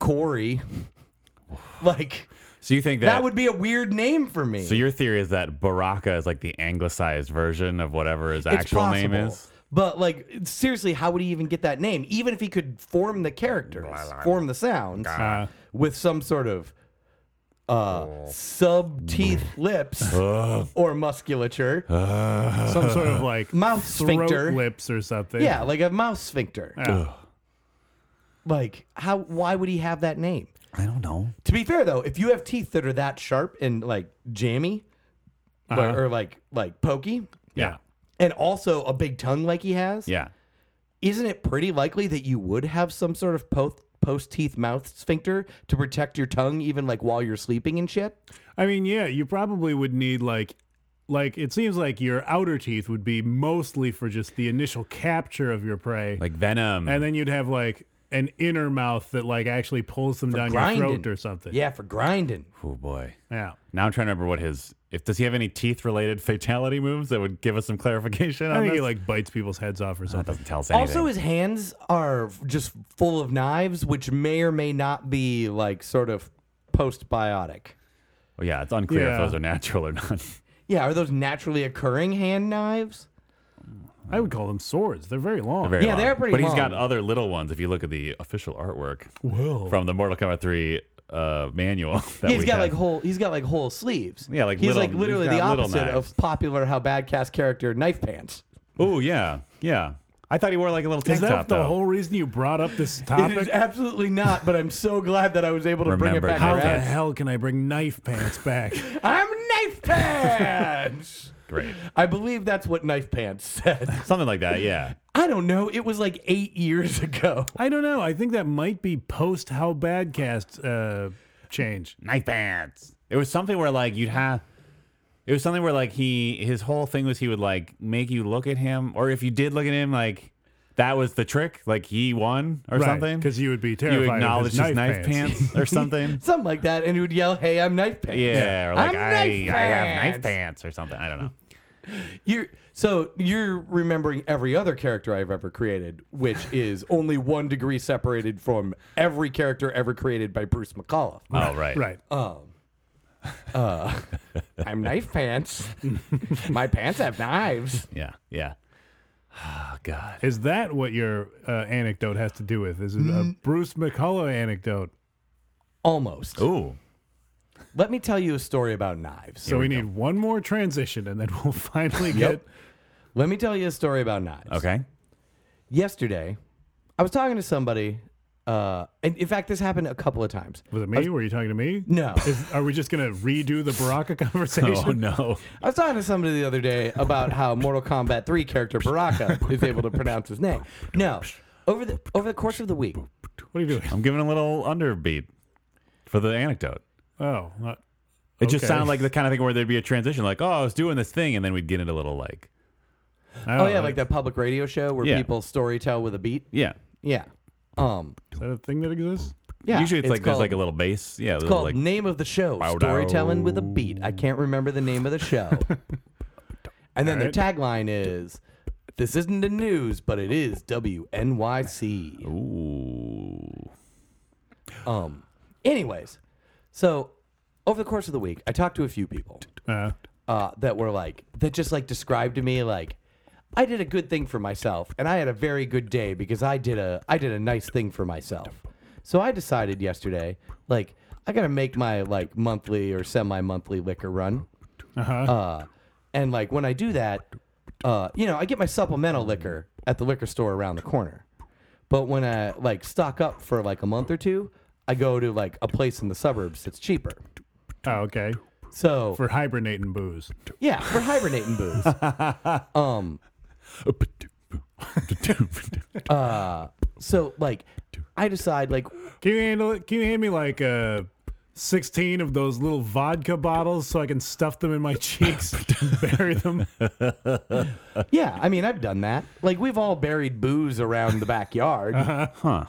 Corey. like
So you think that,
that, would be a weird name for me.
So your theory is that Baraka is like the anglicized version of whatever his actual name is.
But like seriously, how would he even get that name? Even if he could form the characters, form the sounds
Uh,
with some sort of uh, sub teeth
Mm.
lips or musculature,
some sort of like
mouth
throat
sphincter.
lips or something.
Yeah, like a mouth sphincter.
Yeah.
Like how? Why would he have that name?
I don't know.
To be fair though, if you have teeth that are that sharp and like jammy, but-
Uh-huh.
or like like pokey,
Yeah.
and also a big tongue like he has,
Yeah.
isn't it pretty likely that you would have some sort of post post teeth mouth sphincter to protect your tongue even like while you're sleeping and shit?
I mean, yeah, you probably would need like like it seems like your outer teeth would be mostly for just the initial capture of your prey.
Like Venom.
and then you'd have like an inner mouth that like actually pulls them down your throat or something.
Yeah, for grinding.
oh boy.
Yeah.
Now I'm trying to remember what his if does he have any teeth related fatality moves that would give us some clarification
I Uh,
on
think
this?
he like bites people's heads off or
that
something.
doesn't tell us anything.
Also, his hands are f- just full of knives, which may or may not be like sort of postbiotic.
Well, yeah, it's unclear if
Yeah.
those are natural or not.
Yeah, are those naturally occurring hand knives?
I would call them swords. They're very long.
Very
Yeah, they're
long.
pretty
But he's
long.
got other little ones if you look at the official artwork
Whoa.
from the Mortal Kombat 3 uh, manual. That
he's
we
got
have.
like whole. He's got like whole sleeves.
Yeah, like
he's
little-
like literally
he's
the
got little
opposite
knives.
of popular how bad cast character knife pants.
Oh yeah, yeah. I thought he wore like a little tank
Is that
top
the
though.
whole reason you brought up this
It is
topic?
absolutely not. But I'm so glad that I was able to
Remember
bring it
How
back
knife
the
pants.
around.
hell can I bring knife pants back?
I'm knife pants.
Great,
I believe that's what knife pants said.
something like that. Yeah,
I don't know. It was like eight years ago.
I don't know. I think that might be post how bad cast uh, change.
knife pants. It was something where like you'd have. It was something where like he his whole thing was he would like make you look at him, or if you did look at him, like that was the trick. Like he won or something.
Because you would be
you
terrified.
acknowledge
of his knife, pants.
or something.
Something like that, and he would yell, "Hey, I'm knife pants."
Yeah, or like
I'm
I,
knife
I have knife
pants.
pants or something. I don't know.
You're so you're remembering every other character I've ever created, which is only one degree separated from every character ever created by Bruce McCullough.
Oh right,
Right.
I'm knife pants. My pants have knives.
yeah, yeah. Oh god.
Is that what your uh, anecdote has to do with? Is it a Bruce McCullough anecdote?
Almost.
Ooh.
Let me tell you a story about knives.
So we, need one more transition and then we'll finally get.
Yep. Let me tell you a story about knives.
Okay.
Yesterday, I was talking to somebody. Uh, and in fact, this happened a couple of times.
Was it me? Were you talking to me?
No.
Is, are we just going to redo the Baraka conversation?
Oh no.
I was talking to somebody the other day about how Mortal Kombat 3 character Baraka is able to pronounce his name. No, over the over the course of the week,
What are you doing?
I'm giving a little underbeat for the anecdote.
Oh, uh,
It just
Okay.
sounded like the kind of thing where there'd be a transition, like, oh, I was doing this thing, and then we'd get into a little like,
I
oh
don't
yeah,
know.
like that public radio show where
Yeah.
people storytell with a beat.
yeah.
Yeah, um,
Is that a thing that exists?
yeah.
Usually it's, like
called,
there's like a little bass. Yeah. It's
called
like,
name of the show
Bow dow.
storytelling with a beat. I can't remember the name of the show. and then their tagline is. This isn't the news, but it is WNYC.
ooh.
Um, anyways, so over the course of the week, I talked to a few people.
Uh,
uh, that were like that just like described to me like I did a good thing for myself and I had a very good day because I did a I did a nice thing for myself. So I decided yesterday like I got to make my like monthly or semi-monthly liquor run.
uh-huh.
Uh, and like when I do that, uh, you know, I get my supplemental liquor at the liquor store around the corner. But when I like stock up for like a month or two, I go to like a place in the suburbs that's cheaper.
oh, okay.
So
For hibernating booze.
yeah, for hibernating booze. um, uh, so like, I decide like,
Can you handle it? Can you hand me like uh, 16 of those little vodka bottles so I can stuff them in my cheeks and bury them?
yeah, I mean, I've done that. Like, we've all buried booze around the backyard. Uh-huh.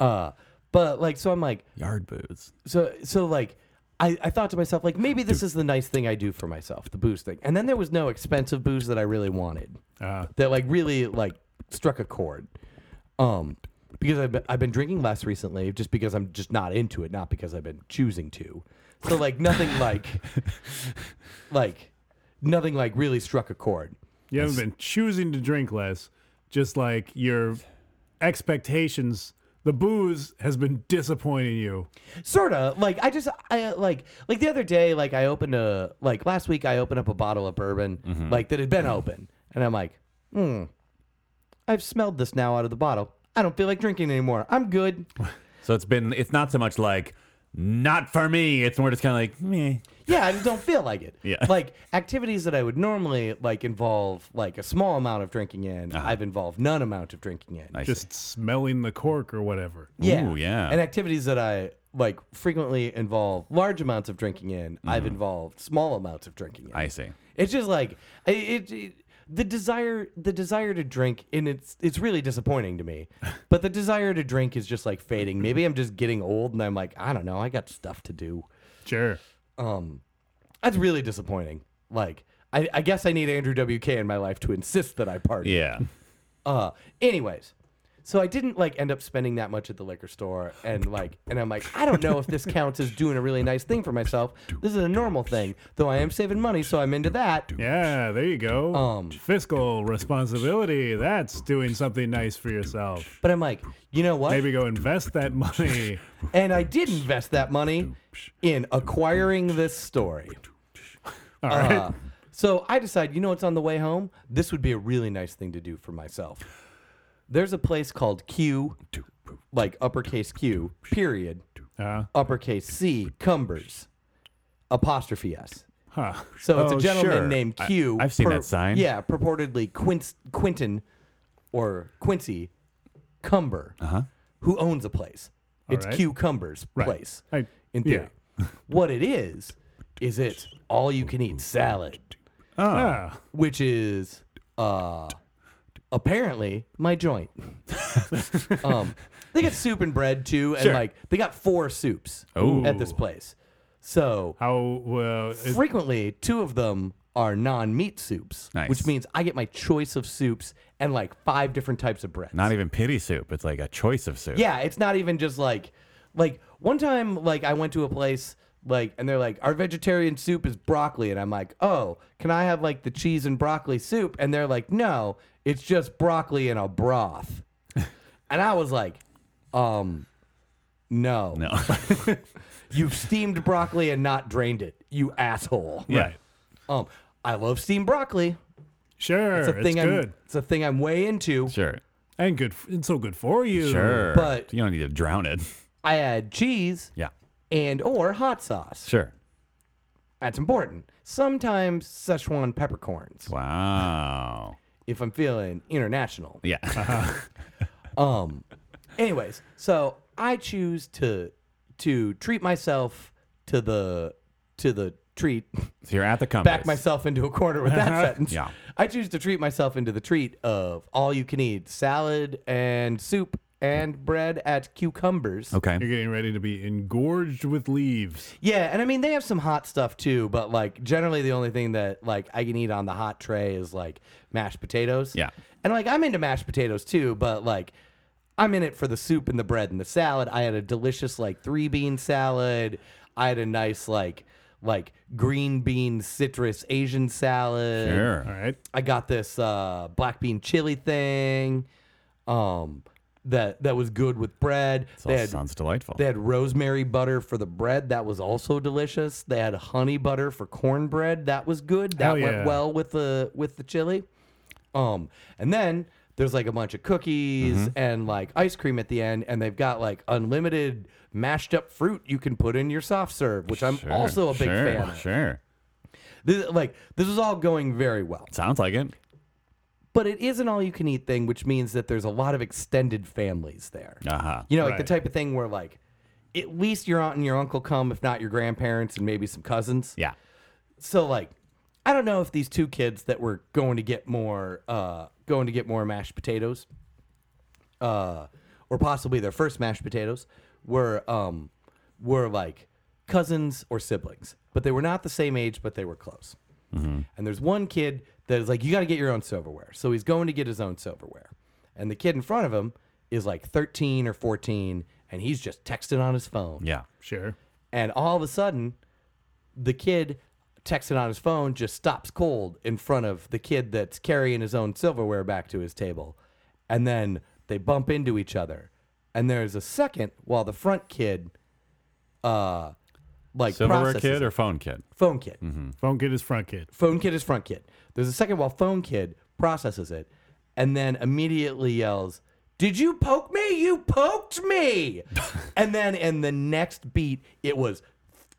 Huh.
but like, so I'm like,
Yard boots.
so so like, I, I thought to myself, like, maybe this is the nice thing I do for myself, the booze thing. And then there was no expensive booze that I really wanted
Uh,
that like really like struck a chord. Um, because I've been, I've been drinking less recently, just because I'm just not into it, not because I've been choosing to. So like nothing like, like nothing like really struck a chord.
you haven't been choosing to drink less, just like your expectations. The booze has been disappointing you.
sort of like i just i like like the other day like i opened a like last week i opened up a bottle of bourbon
Mm-hmm.
like that had been open and i'm like hmm i've smelled this now out of the bottle i don't feel like drinking anymore i'm good
So it's been it's not so much like not for me. It's more just kind of like meh.
yeah i just don't feel like it
Yeah.
like activities that i would normally like involve like a small amount of drinking in i've involved none amount of drinking in
Uh-huh. I see.
Just smelling the cork or whatever.
Yeah.
Ooh, yeah.
And activities that I like frequently involve large amounts of drinking in, I've involved small amounts of drinking in.
Mm-hmm. I see.
It's just like I- it, it the desire the desire to drink and it's it's really disappointing to me. But the desire to drink is just like fading. Maybe I'm just getting old and I'm like, I don't know, I got stuff to do.
Sure.
Um that's really disappointing. Like I, I guess I need Andrew WK in my life to insist that I party.
Yeah.
Uh, anyways, so I didn't like end up spending that much at the liquor store, and like, and I'm like, I don't know if this counts as doing a really nice thing for myself. This is a normal thing, though. I am saving money, so I'm into that.
Yeah, there you go.
Um,
Fiscal responsibility. That's doing something nice for yourself.
But I'm like, you know what?
Maybe go invest that money.
And I did invest that money in acquiring this story.
All right.
Uh, so I decide, you know what's on the way home? This would be a really nice thing to do for myself. There's a place called Q, like uppercase Q, period,
Uh,
uppercase C, Cumbers, apostrophe S.
huh.
So it's
Oh,
a gentleman
sure.
named
I-
Q.
I've seen that sign.
Yeah, purportedly Quince, Quinton or Quincy Cumber,
Uh-huh.
who owns a place. it's
right.
Q Cumber's
Right.
place.
I- yeah.
in theory, what it is is it's all you can eat salad,
Ah,
which is uh, apparently my joint. um, they got soup and bread too, and like they got four soups at this place. So
how well? Is,
frequently two of them are non-meat soups
Nice.
which means i get my choice of soups and like five different types of breads
Not e- even pity soup. It's like a choice of soup.
yeah it's not even just like like one time like i went to a place like and they're like our vegetarian soup is broccoli and i'm like oh can i have like the cheese and broccoli soup and they're like no it's just broccoli in a broth and i was like um no
No.
you've steamed broccoli and not drained it you asshole
yeah.
Right.
um, I love steamed broccoli.
Sure.
It's a thing I'm.
good.
It's a thing I'm way into.
Sure.
And good. f- It's so good for you.
Sure.
But-
you don't need to drown it.
I add cheese
Yeah.
and or hot sauce.
Sure.
That's important. Sometimes Szechuan peppercorns
Wow.
if I'm feeling international.
Yeah.
Um. Anyways, so I choose to to treat myself to the to the treat.
so you're at the compass.
Back myself into a corner with that sentence.
Yeah.
I choose to treat myself into the treat of all you can eat salad and soup and bread at cucumbers.
Okay.
You're getting ready to be engorged with leaves.
Yeah, and I mean they have some hot stuff too, but like generally the only thing that like I can eat on the hot tray is like mashed potatoes.
Yeah.
And like I'm into mashed potatoes too, but like I'm in it for the soup and the bread and the salad. I had a delicious like three bean salad. I had a nice like like green bean citrus Asian salad.
All
Sure.
right.
I got this uh, black bean chili thing. Um that that was good with bread.
This all sounds delightful.
They had rosemary butter for the bread. That was also delicious. They had honey butter for cornbread. That was good. That
Hell yeah.
went well with the with the chili. Um, and then there's like a bunch of cookies and like ice cream at the end, and they've got like unlimited mashed up fruit you can put in your soft serve, which I'm
Sure.
also a big
sure.
fan. Of.
Sure.
This, like this is all going very well,
Sounds like it.
but it is an all you can eat thing, which means that there's a lot of extended families there.
Uh huh.
You know, like the
Right.
type of thing where like at least your aunt and your uncle come, if not your grandparents and maybe some cousins.
Yeah.
So like I don't know if these two kids that were going to get more uh going to get more mashed potatoes uh or possibly their first mashed potatoes were um were like cousins or siblings, but they were not the same age, but they were close. And there's one kid that is like, you got to get your own silverware. So he's going to get his own silverware. And the kid in front of him is like 13 or 14, and he's just texting on his phone.
Yeah.
Sure.
And all of a sudden, the kid texting on his phone just stops cold in front of the kid that's carrying his own silverware back to his table. And then they bump into each other. And there's a second while the front kid, uh, like
Silverware
processes
kid Mm-hmm.
it.
or phone kid?
phone kid.
Phone kid is front kid.
Phone kid is front kid. There's a second while phone kid processes it and then immediately yells, Did you poke me? You poked me. and then in the next beat, it was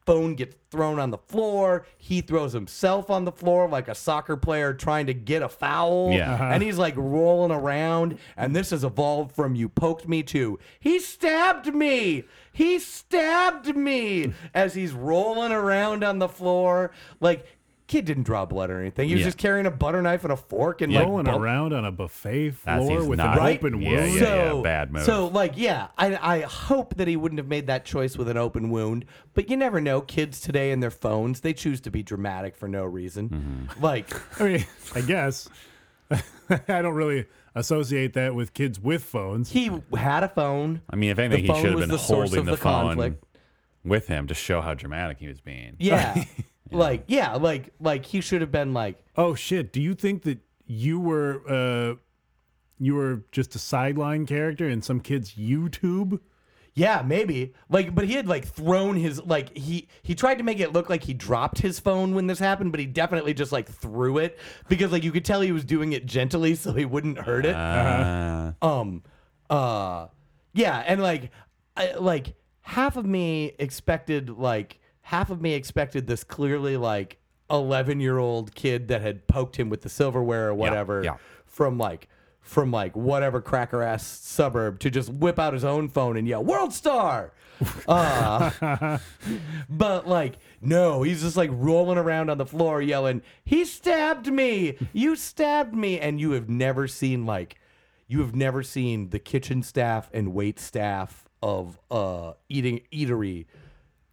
phone gets thrown on the floor. He throws himself on the floor like a soccer player trying to get a foul.
Yeah. Uh-huh.
And he's like rolling around. And this has evolved from you poked me to he stabbed me. He stabbed me as he's rolling around on the floor. Like, kid didn't draw blood or anything. He was
Yeah.
just carrying a butter knife and a fork and like
Rolling
bump-
around on a buffet
That's-
floor
he's
with
not-
an
Right?
open
Yeah,
wound.
yeah. bad move.
So, like, yeah, I, I hope that he wouldn't have made that choice with an open wound, but you never know. Kids today and their phones, they choose to be dramatic for no reason.
Mm-hmm.
Like,
I mean, I guess I don't really associate that with kids with phones.
he had a phone.
I mean, if anything, he
phone
should have
was
been
the source
holding
of
the,
the
phone
conflict.
with him to show how dramatic he was being.
Yeah. Like, yeah, like, like he should have been like,
Oh shit! Do you think that you were uh, you were just a sideline character in some kid's YouTube?
yeah, maybe. Like, but he had like thrown his, like, he, he tried to make it look like he dropped his phone when this happened, but he definitely just like threw it because, like, you could tell he was doing it gently so he wouldn't hurt it.
Uh,
um uh yeah and like I, like half of me expected like half of me expected this clearly like 11 year old kid that had poked him with the silverware or whatever
yeah.
from like from like whatever cracker ass suburb to just whip out his own phone and yell world star uh, but like no he's just like rolling around on the floor yelling he stabbed me you stabbed me and you have never seen like you have never seen the kitchen staff and wait staff of uh eating eatery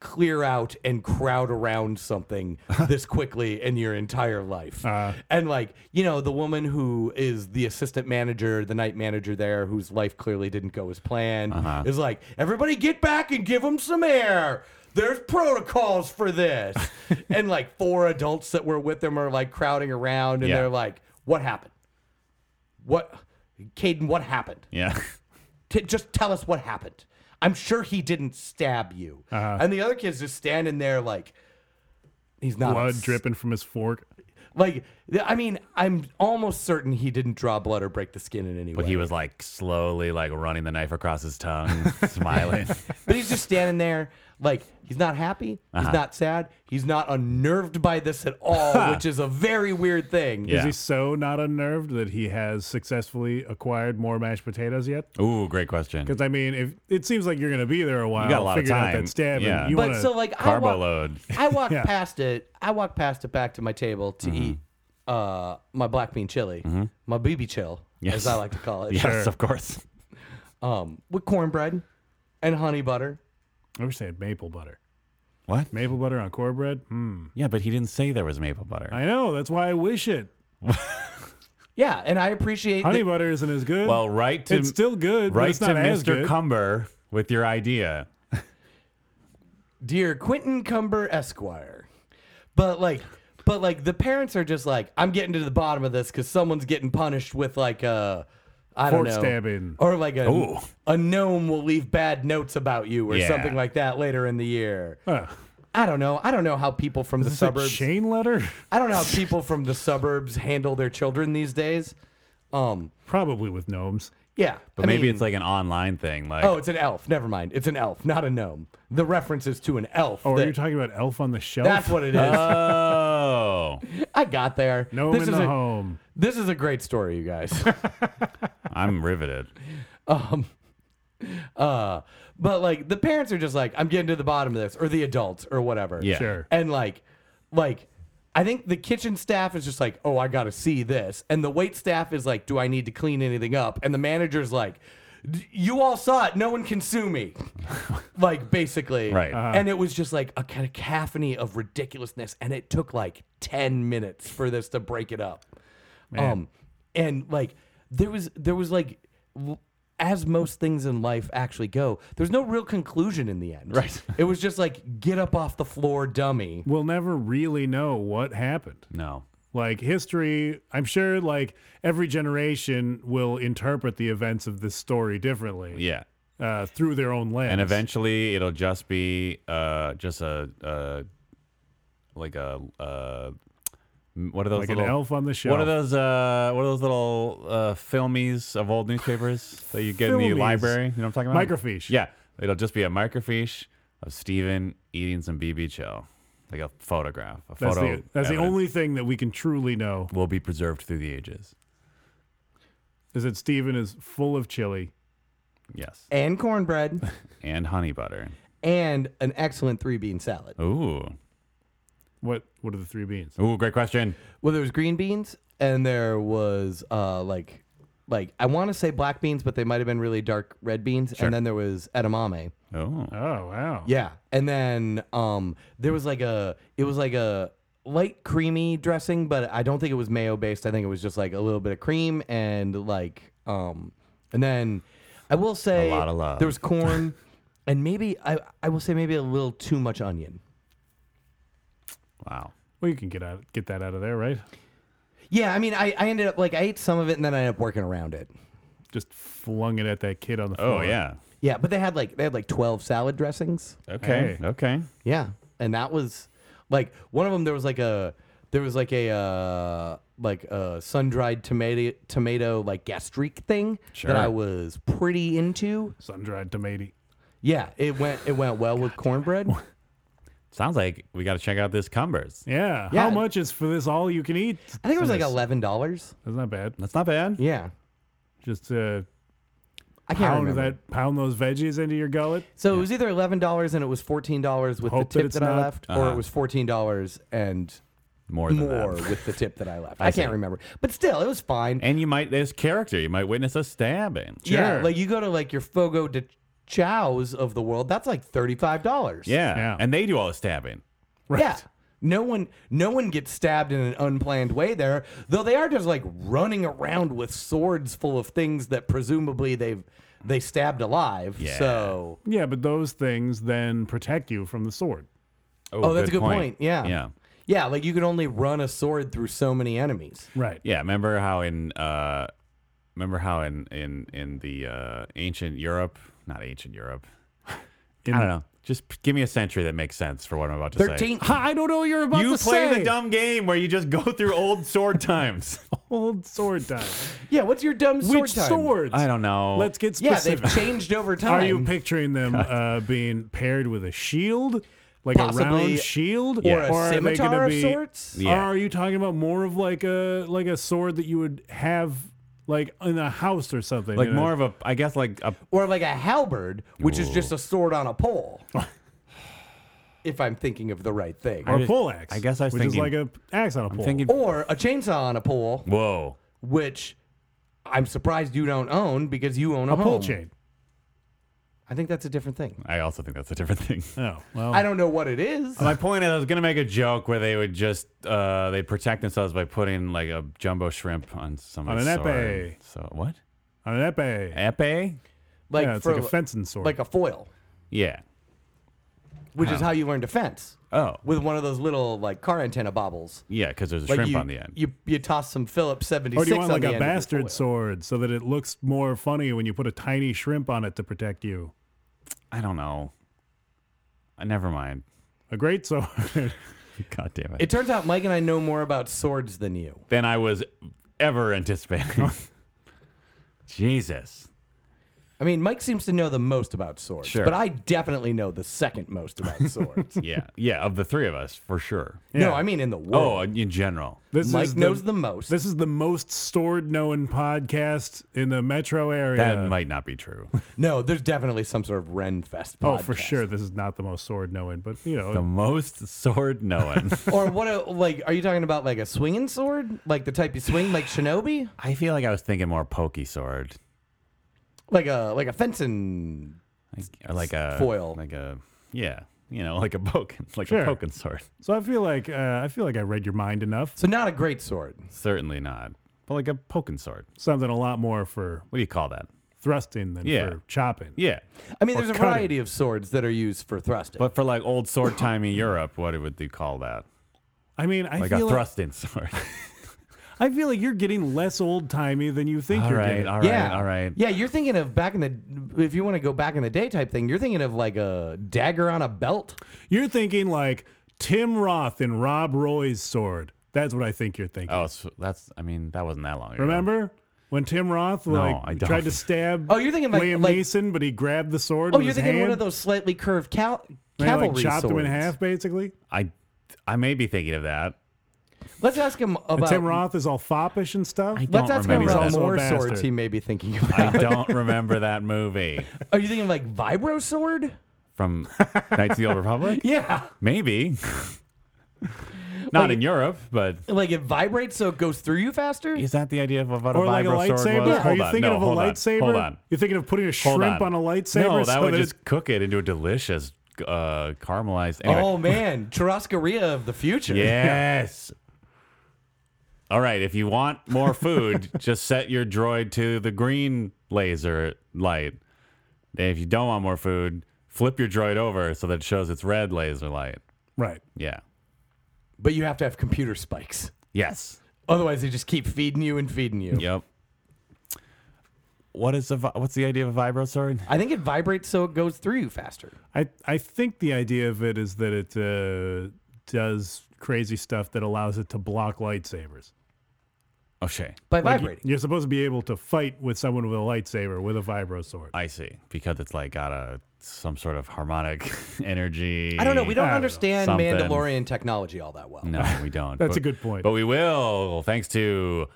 clear out and crowd around something this quickly in your entire life. and like, you know, the woman who is the assistant manager, the night manager there, whose life clearly didn't go as planned, is like, everybody get back and give them some air. There's protocols for this. and like four adults that were with them are like crowding around and
Yeah.
they're like, what happened? What, Caden, what happened?
yeah.
T- just tell us what happened. I'm sure he didn't stab you.
Uh-huh.
And the other kid's just standing there like he's not
Blood
ups-
dripping from his fork.
Like th- I mean, I'm almost certain he didn't draw blood or break the skin in any
But
way.
he was like slowly like running the knife across his tongue, smiling.
but he's just standing there like he's not happy,
Uh-huh.
he's not sad, he's not unnerved by this at all, which is a very weird thing.
Yeah.
Is he so not unnerved that he has successfully acquired more mashed potatoes yet?
Ooh, great question.
Because I mean, if it seems like you're going to be there a while,
got a lot of
figuring out
time.
that stab, and
Yeah.
you
But
wanna,
so like I
Carbo
wa-
load.
I walked
Yeah.
past it. I walked past it back to my table to
Mm-hmm.
eat uh, my black bean chili, my BB chill,
Yes.
as I like to call it,
Yes, of course.
um, with cornbread and honey butter.
I wish they had maple butter.
What?
Maple butter on cornbread. Hmm.
Yeah, but he didn't say there was maple butter.
I know. That's why I wish it.
Yeah, and I appreciate
Honey
that-
butter isn't as good.
well, right to
it's still good. but
right
it's not
to
as
Mr.
good.
Cumber with your idea.
dear Quentin Cumber Esquire. But like, but like the parents are just like, I'm getting to the bottom of this because someone's getting punished with like a. I don't
Fork
know.
stabbing.
Or like a,
Ooh.
a gnome will leave bad notes about you or
Yeah.
something like that later in the year.
Huh.
I don't know. I don't know how people from the
Is this a
suburbs.
Uh, chain letter?
I don't know how people from the suburbs handle their children these days. Um,
Probably with gnomes.
yeah,
But maybe it's like an online thing. Like,
oh, it's an elf. Never mind, it's an elf, not a gnome. The reference is to an elf.
Oh,
that-
are you talking about Elf on the Shelf?
that's what it is.
oh,
I got there.
Gnome
this
in
is
the
a,
home.
This is a great story, you guys.
I'm riveted.
uh, but like the parents are just like, I'm getting to the bottom of this, or the adults, or whatever.
Yeah.
Sure.
And like, like, I think the kitchen staff is just like, oh, I gotta see this, and the wait staff is like, do I need to clean anything up? And the manager's like, D- You all saw it. No one can sue me. like basically,
Right. Uh-huh.
And it was just like a kind of cacophony of ridiculousness, and it took like ten minutes for this to break it up. Um, and like there was there was like. l- As most things in life actually go, there's no real conclusion in the end.
Right.
It was just like get up off the floor, dummy.
We'll never really know what happened.
No.
Like history, I'm sure like every generation will interpret the events of this story differently.
Yeah.
Uh, through their own lens.
And eventually, it'll just be uh, just a uh, like a uh, m- what are those
Like an
little,
elf on the shelf.
What are those? Uh, what are those little uh, filmies of old newspapers that you get in the
Filmies.
library? You know what I'm talking about?
Microfiche.
um, Yeah, it'll just be a microfiche of Steven eating some BB chill, like a photograph. A
That's,
photo.
the, that's the
evidence
only thing that we can truly know
will be preserved through the ages.
is that Steven is full of chili.
Yes,
and cornbread
and honey butter.
and an excellent three bean
Oh.
salad.
Ooh,
What what are the three beans?
ooh, great question.
Well, there was green beans and there was uh like like I want to say black beans, but they might have been really dark red beans. And then there was edamame.
Oh,
Oh wow.
Yeah, and then um there was like a it was like a light creamy dressing, but I don't think it was mayo based. I think it was just like a little bit of cream and like um and then I will say
lot of love.
there was corn and maybe I I will say maybe a little too much onion.
wow.
Well you can get out get that out of there, right?
Yeah, I mean, I, I ended up like I ate some of it and then I ended up working around it.
Just flung it at that kid on the
Oh
floor.
yeah.
Yeah, but they had like they had like twelve salad dressings.
Okay.
Hey.
Okay.
Yeah, and that was like one of them. There was like a there was like a uh, like a sun dried tomato tomato like gastrique thing
Sure.
that I was pretty into.
Sun dried tomato.
Yeah, it went it went well with cornbread.
Sounds like we got to check out this Cumbers.
Yeah.
Yeah.
How much is for this all you can eat?
I think it was like
Sundays?
eleven dollars.
That's not bad.
That's not bad.
Yeah,
Just uh,
I can't
pound
remember.
that pound those veggies into your gullet.
So it was either eleven dollars and it was fourteen dollars with
Hope that
the tip
it's
that, I
not-
left, or it was fourteen dollars and
More than
more
that.
with the tip that I left. I, can't remember, but still, it was fine.
And you might there's character. You might witness a stabbing.
Yeah,
Sure.
like you go to like your Fogo de Chows of the world, that's like thirty five dollars.
Yeah.
Yeah.
And they do all the stabbing.
Right.
yeah. No one, no one gets stabbed in an unplanned way there. Though they are just like running around with swords full of things that presumably they've they stabbed alive.
Yeah.
So
Yeah, but those things then protect you from the sword.
Oh, that's a good point. Yeah.
Yeah.
yeah, like you can only run a sword through so many enemies.
Right.
Yeah. Remember how in uh remember how in in in the uh ancient Europe, not ancient Europe. I don't know. Just p- give me a century that makes sense for what I'm about to say.
Thirteen.
I don't know what you're about
You
to
play
say.
the dumb game where you just go through old sword times.
old sword time.
Yeah, what's your dumb sword
Which
time?
swords?
I don't know.
Let's get
Yeah,
specific.
they've changed over time.
Are you picturing them uh, being paired with a shield? Like a
Possibly.
round shield,
Or a
are they
scimitar
gonna
of
be,
sorts?
Yeah.
Or are you talking about more of like a like a sword that you would have like in a house or something?
like
you know?
more of a I guess like a
or like a halberd, which is just a sword on a pole. if I'm thinking of the right thing.
or
just-
pole axe.
I guess I was
which
thinking-
is like a p- axe on a pole.
thinking
Or a chainsaw on a pole,
Whoa.
which I'm surprised you don't own because you own a,
a pole
home.
chain.
I think that's a different thing.
I also think that's a different thing.
Oh well,
I don't know what it is.
My point is, I was gonna make a joke where they would just uh, they protect themselves by putting like a jumbo shrimp on someone's
On an
sword.
epee.
So what?
on an epee.
Epee?
Like
yeah, it's
for
like a fencing sword.
like a foil,
Yeah.
which is how you learn to fence
Oh.
with one of those little like car antenna bobbles.
Yeah, because there's a
Like
shrimp
you,
on the end.
You you toss some Phillips 76
or do you want
on
like
the
a
end of the foil.
bastard sword so that it looks more funny when you put a tiny shrimp on it to protect you?
I don't know. Uh, never mind.
A great sword.
God damn it.
It turns out Mike and I know more about swords than you.
Than I was ever anticipating. Jesus.
I mean, Mike seems to know the most about swords,
Sure.
but I definitely know the second most about swords.
Yeah. Yeah. Of the three of us, for sure.
Yeah.
No, I mean in the
Oh,
world.
in general.
This
Mike
is
knows
the,
the most.
This is the most stored known podcast in the metro area.
That might not be true.
no, there's definitely some sort of Renfest.
oh, for
podcast.
sure. This is not the most sword known, but you know,
the most sword knowing.
or what? A, like, are you talking about like a swinging sword, like the type you swing, like Shinobi?
I feel like I was thinking more pokey sword.
like a like a fencing.
Like, or like a
Foil.
like a yeah, you know, like a poking, like
Sure.
a poking sword.
So I feel like uh, I feel like I read your mind enough.
So not a great sword.
Certainly not, but like a poking sword.
Something a lot more for
What do you call that?
thrusting than
Yeah.
for chopping.
Yeah,
I mean, there's a
cutting.
variety of swords that are used for thrusting.
but for like old sword timey Europe, what would you call that?
I mean, I
Like a
feel like,
thrusting sword.
I feel like you're getting less old timey than you think
all
you're
right,
getting.
all right,
yeah,
all right.
Yeah, you're thinking of back in the if you want to go back in the day type thing. You're thinking of like a dagger on a belt.
You're thinking like Tim Roth and Rob Roy's sword. That's what I think you're thinking.
Oh, so that's. I mean, that wasn't that long ago.
Remember when Tim Roth
I
like
don't.
tried to stab?
Oh, you're thinking like-
Liam
like-
Neeson, but he grabbed the sword.
Oh,
with
you're
his
thinking
hand,
one of those slightly curved cal-
and he,
cavalry
like chopped him in
swords.
half, basically.
I, I may be thinking of that.
Let's ask him
And
about.
Tim Roth is all foppish and stuff.
I
Let's
don't
ask him
remember
about
that.
more
Bastard.
swords he may be thinking
I
about.
don't remember that movie
Are you thinking like vibro sword?
from Knights of the Old Republic.
Yeah,
Maybe. Not
Like-
in Europe, but
like it vibrates so it goes through you faster.
is that the idea of what a
or like a
vibro sword
lightsaber?
was?
Are
Hold
you
on,
thinking
no,
of a
hold on,
lightsaber?
Hold on.
You're thinking of putting a
Hold
shrimp on. a lightsaber?
No, that
so
would
that
just
it-
cook it into a delicious uh, caramelized. Anyway.
Oh man, churrascaria of the future.
yes. All right. If you want more food, just set your droid to the green laser light. And if you don't want more food, flip your droid over so that it shows its red laser light.
right.
Yeah.
But you have to have computer spikes.
Yes.
Otherwise, they just keep feeding you and feeding you.
Yep. What is the vi- what's the idea of a vibro sword?
I think it vibrates so it goes through you faster.
I I think the idea of it is that it uh, does crazy stuff that allows it to block lightsabers.
Oh, Shay.
By
Like,
vibrating.
You're supposed to be able to fight with someone with a lightsaber with a vibro sword.
I see. Because it's like got a some sort of harmonic energy.
I don't know. We don't
I don't know.
understand
Something.
Mandalorian technology all that well.
No, we don't.
That's
But-
a good point.
But we will, thanks to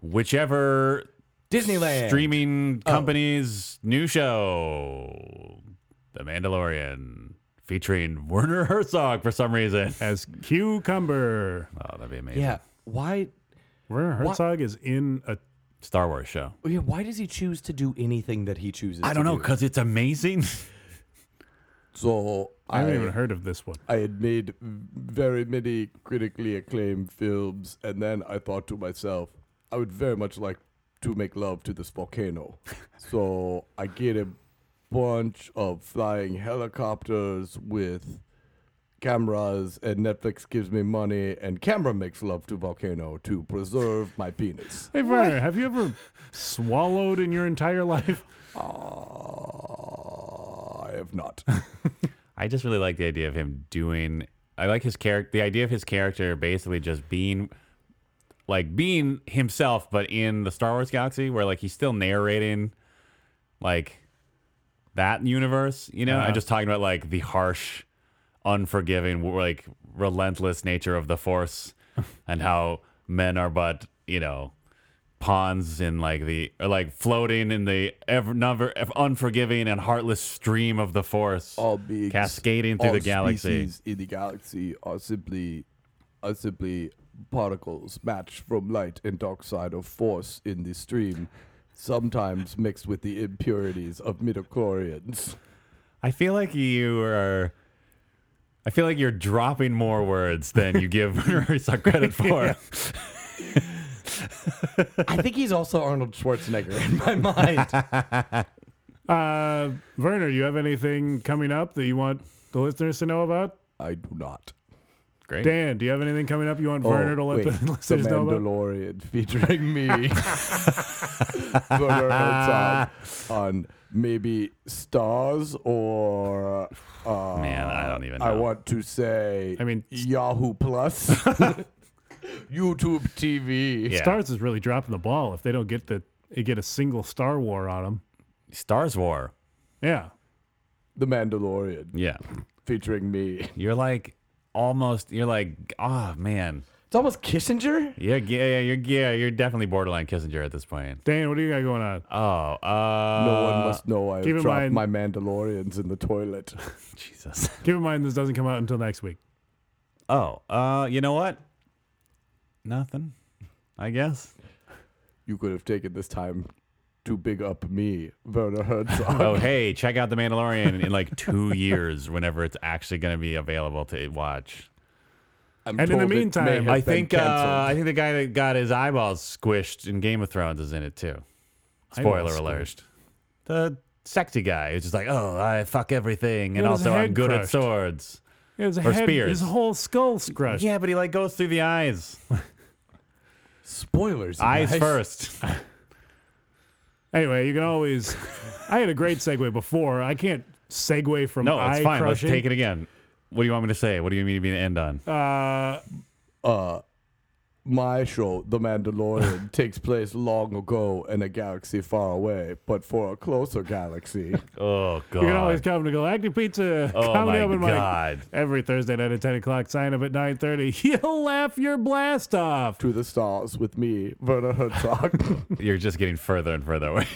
whichever
Disneyland.
streaming company's new show, The Mandalorian, featuring Werner Herzog for some reason.
As cucumber,
Oh, that'd be amazing.
Yeah. Why?
Werner Herzog is in a.
Star Wars show.
Yeah, why does he choose to do anything that he chooses?
I
to
don't know
do?
because it's amazing.
So
I haven't even heard of this one.
I had made very many critically acclaimed films, and then I thought to myself, I would very much like to make love to this volcano. so I get a bunch of flying helicopters with cameras, and Netflix gives me money, and camera makes love to volcano to preserve my penis.
Hey Werner, have you ever swallowed in your entire life?
Ah, I have not.
I just really like the idea of him doing. I like his character. The idea of his character basically just being, like, being himself, but in the Star Wars galaxy, where like he's still narrating, like, that universe. You know,
Uh-huh.
I'm just talking about like the harsh, unforgiving, w- like, relentless nature of the Force, and how men are but you know pawns in like the or like floating in the ever never unforgiving and heartless stream of the force
all beings,
cascading through
all
the galaxy.
species in the galaxy are simply are simply particles matched from light and dark side of force in the stream, sometimes mixed with the impurities of midichlorians.
I feel like you are. I feel like you're dropping more words than you give Herzog credit for.
I think he's also Arnold Schwarzenegger in my mind.
Uh, Werner, do you have anything coming up that you want the listeners to know about?
I do not.
Great.
Dan, do you have anything coming up you want Werner to
Oh,
let
wait,
the
the
listeners know about?
Mandalorian featuring me, Werner Herzog, on maybe stars or. Uh,
Man, I don't even
I
know.
want to say.
I mean-
Yahoo Plus, YouTube TV.
Yeah.
Stars is really dropping the ball if they don't get the they get a single Star War on them.
Stars War.
Yeah,
The Mandalorian
Yeah.
featuring me.
You're like almost. You're like, oh man.
it's almost Kissinger.
Yeah, yeah, yeah. You're yeah. You're definitely borderline Kissinger at this point.
Dan, what do you got going on?
Oh, uh,
No one must know I
keep in
dropped
mind-
my Mandalorians in the toilet.
Jesus.
Keep in mind this doesn't come out until next week.
Oh, uh, you know what? Nothing. I guess.
You could have taken this time to big up me, Werner Herzog.
Oh, hey, check out The Mandalorian in like two years, whenever it's actually going to be available to watch.
I'm
And in the
told it may
meantime,
have
I
been
think uh, I
canceled.
think the guy that got his eyeballs squished in Game of Thrones is in it too. Spoiler
Eyeballs
alert. The sexy guy who's just like, oh, I fuck everything, and
Yeah, his
also I'm
head
good at
crushed.
swords.
His
Or
head,
spears.
his whole skull's crushed.
Yeah, but he like goes through the eyes,
spoilers.
eyes
guys.
first.
Anyway, you can always. I had a great segue before. I can't segue from
No,
eye
it's fine.
Crushing.
Let's take it again. What do you want me to say? What do you need me to end on?
Uh,
Uh, my show, The Mandalorian, takes place long ago in a galaxy far away, but for a closer galaxy.
Oh God!
you can always come to Galactic Pizza
Oh,
Comedy
my
Open Mic
God.
every Thursday night at ten o'clock. Sign up at nine thirty. You'll laugh your blast off.
to the stars with me, Werner Herzog.
You're just getting further and further away.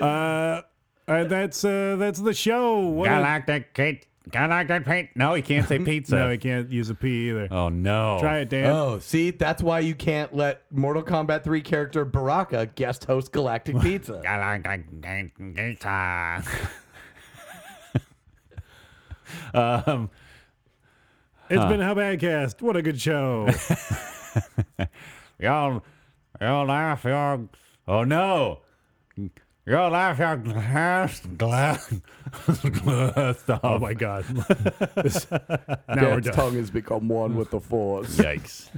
Uh, and that's uh, that's the show. What a-
Galactic Pete. Galactic Pete. No, you can't say pizza.
no, I can't use a P either.
oh no!
Try it, Dan.
Oh, see, that's why you can't let Mortal Kombat 3 character Baraka guest host Galactic Pizza.
Galactic pizza. um, Uh-huh.
It's been How Badcast. What a good show.
You'll, you'll laugh your. Oh no! You'll laugh your glass, glass, glass
oh
off.
my God. now we're
Dad's
done.
tongue has become one with the force.
Yikes.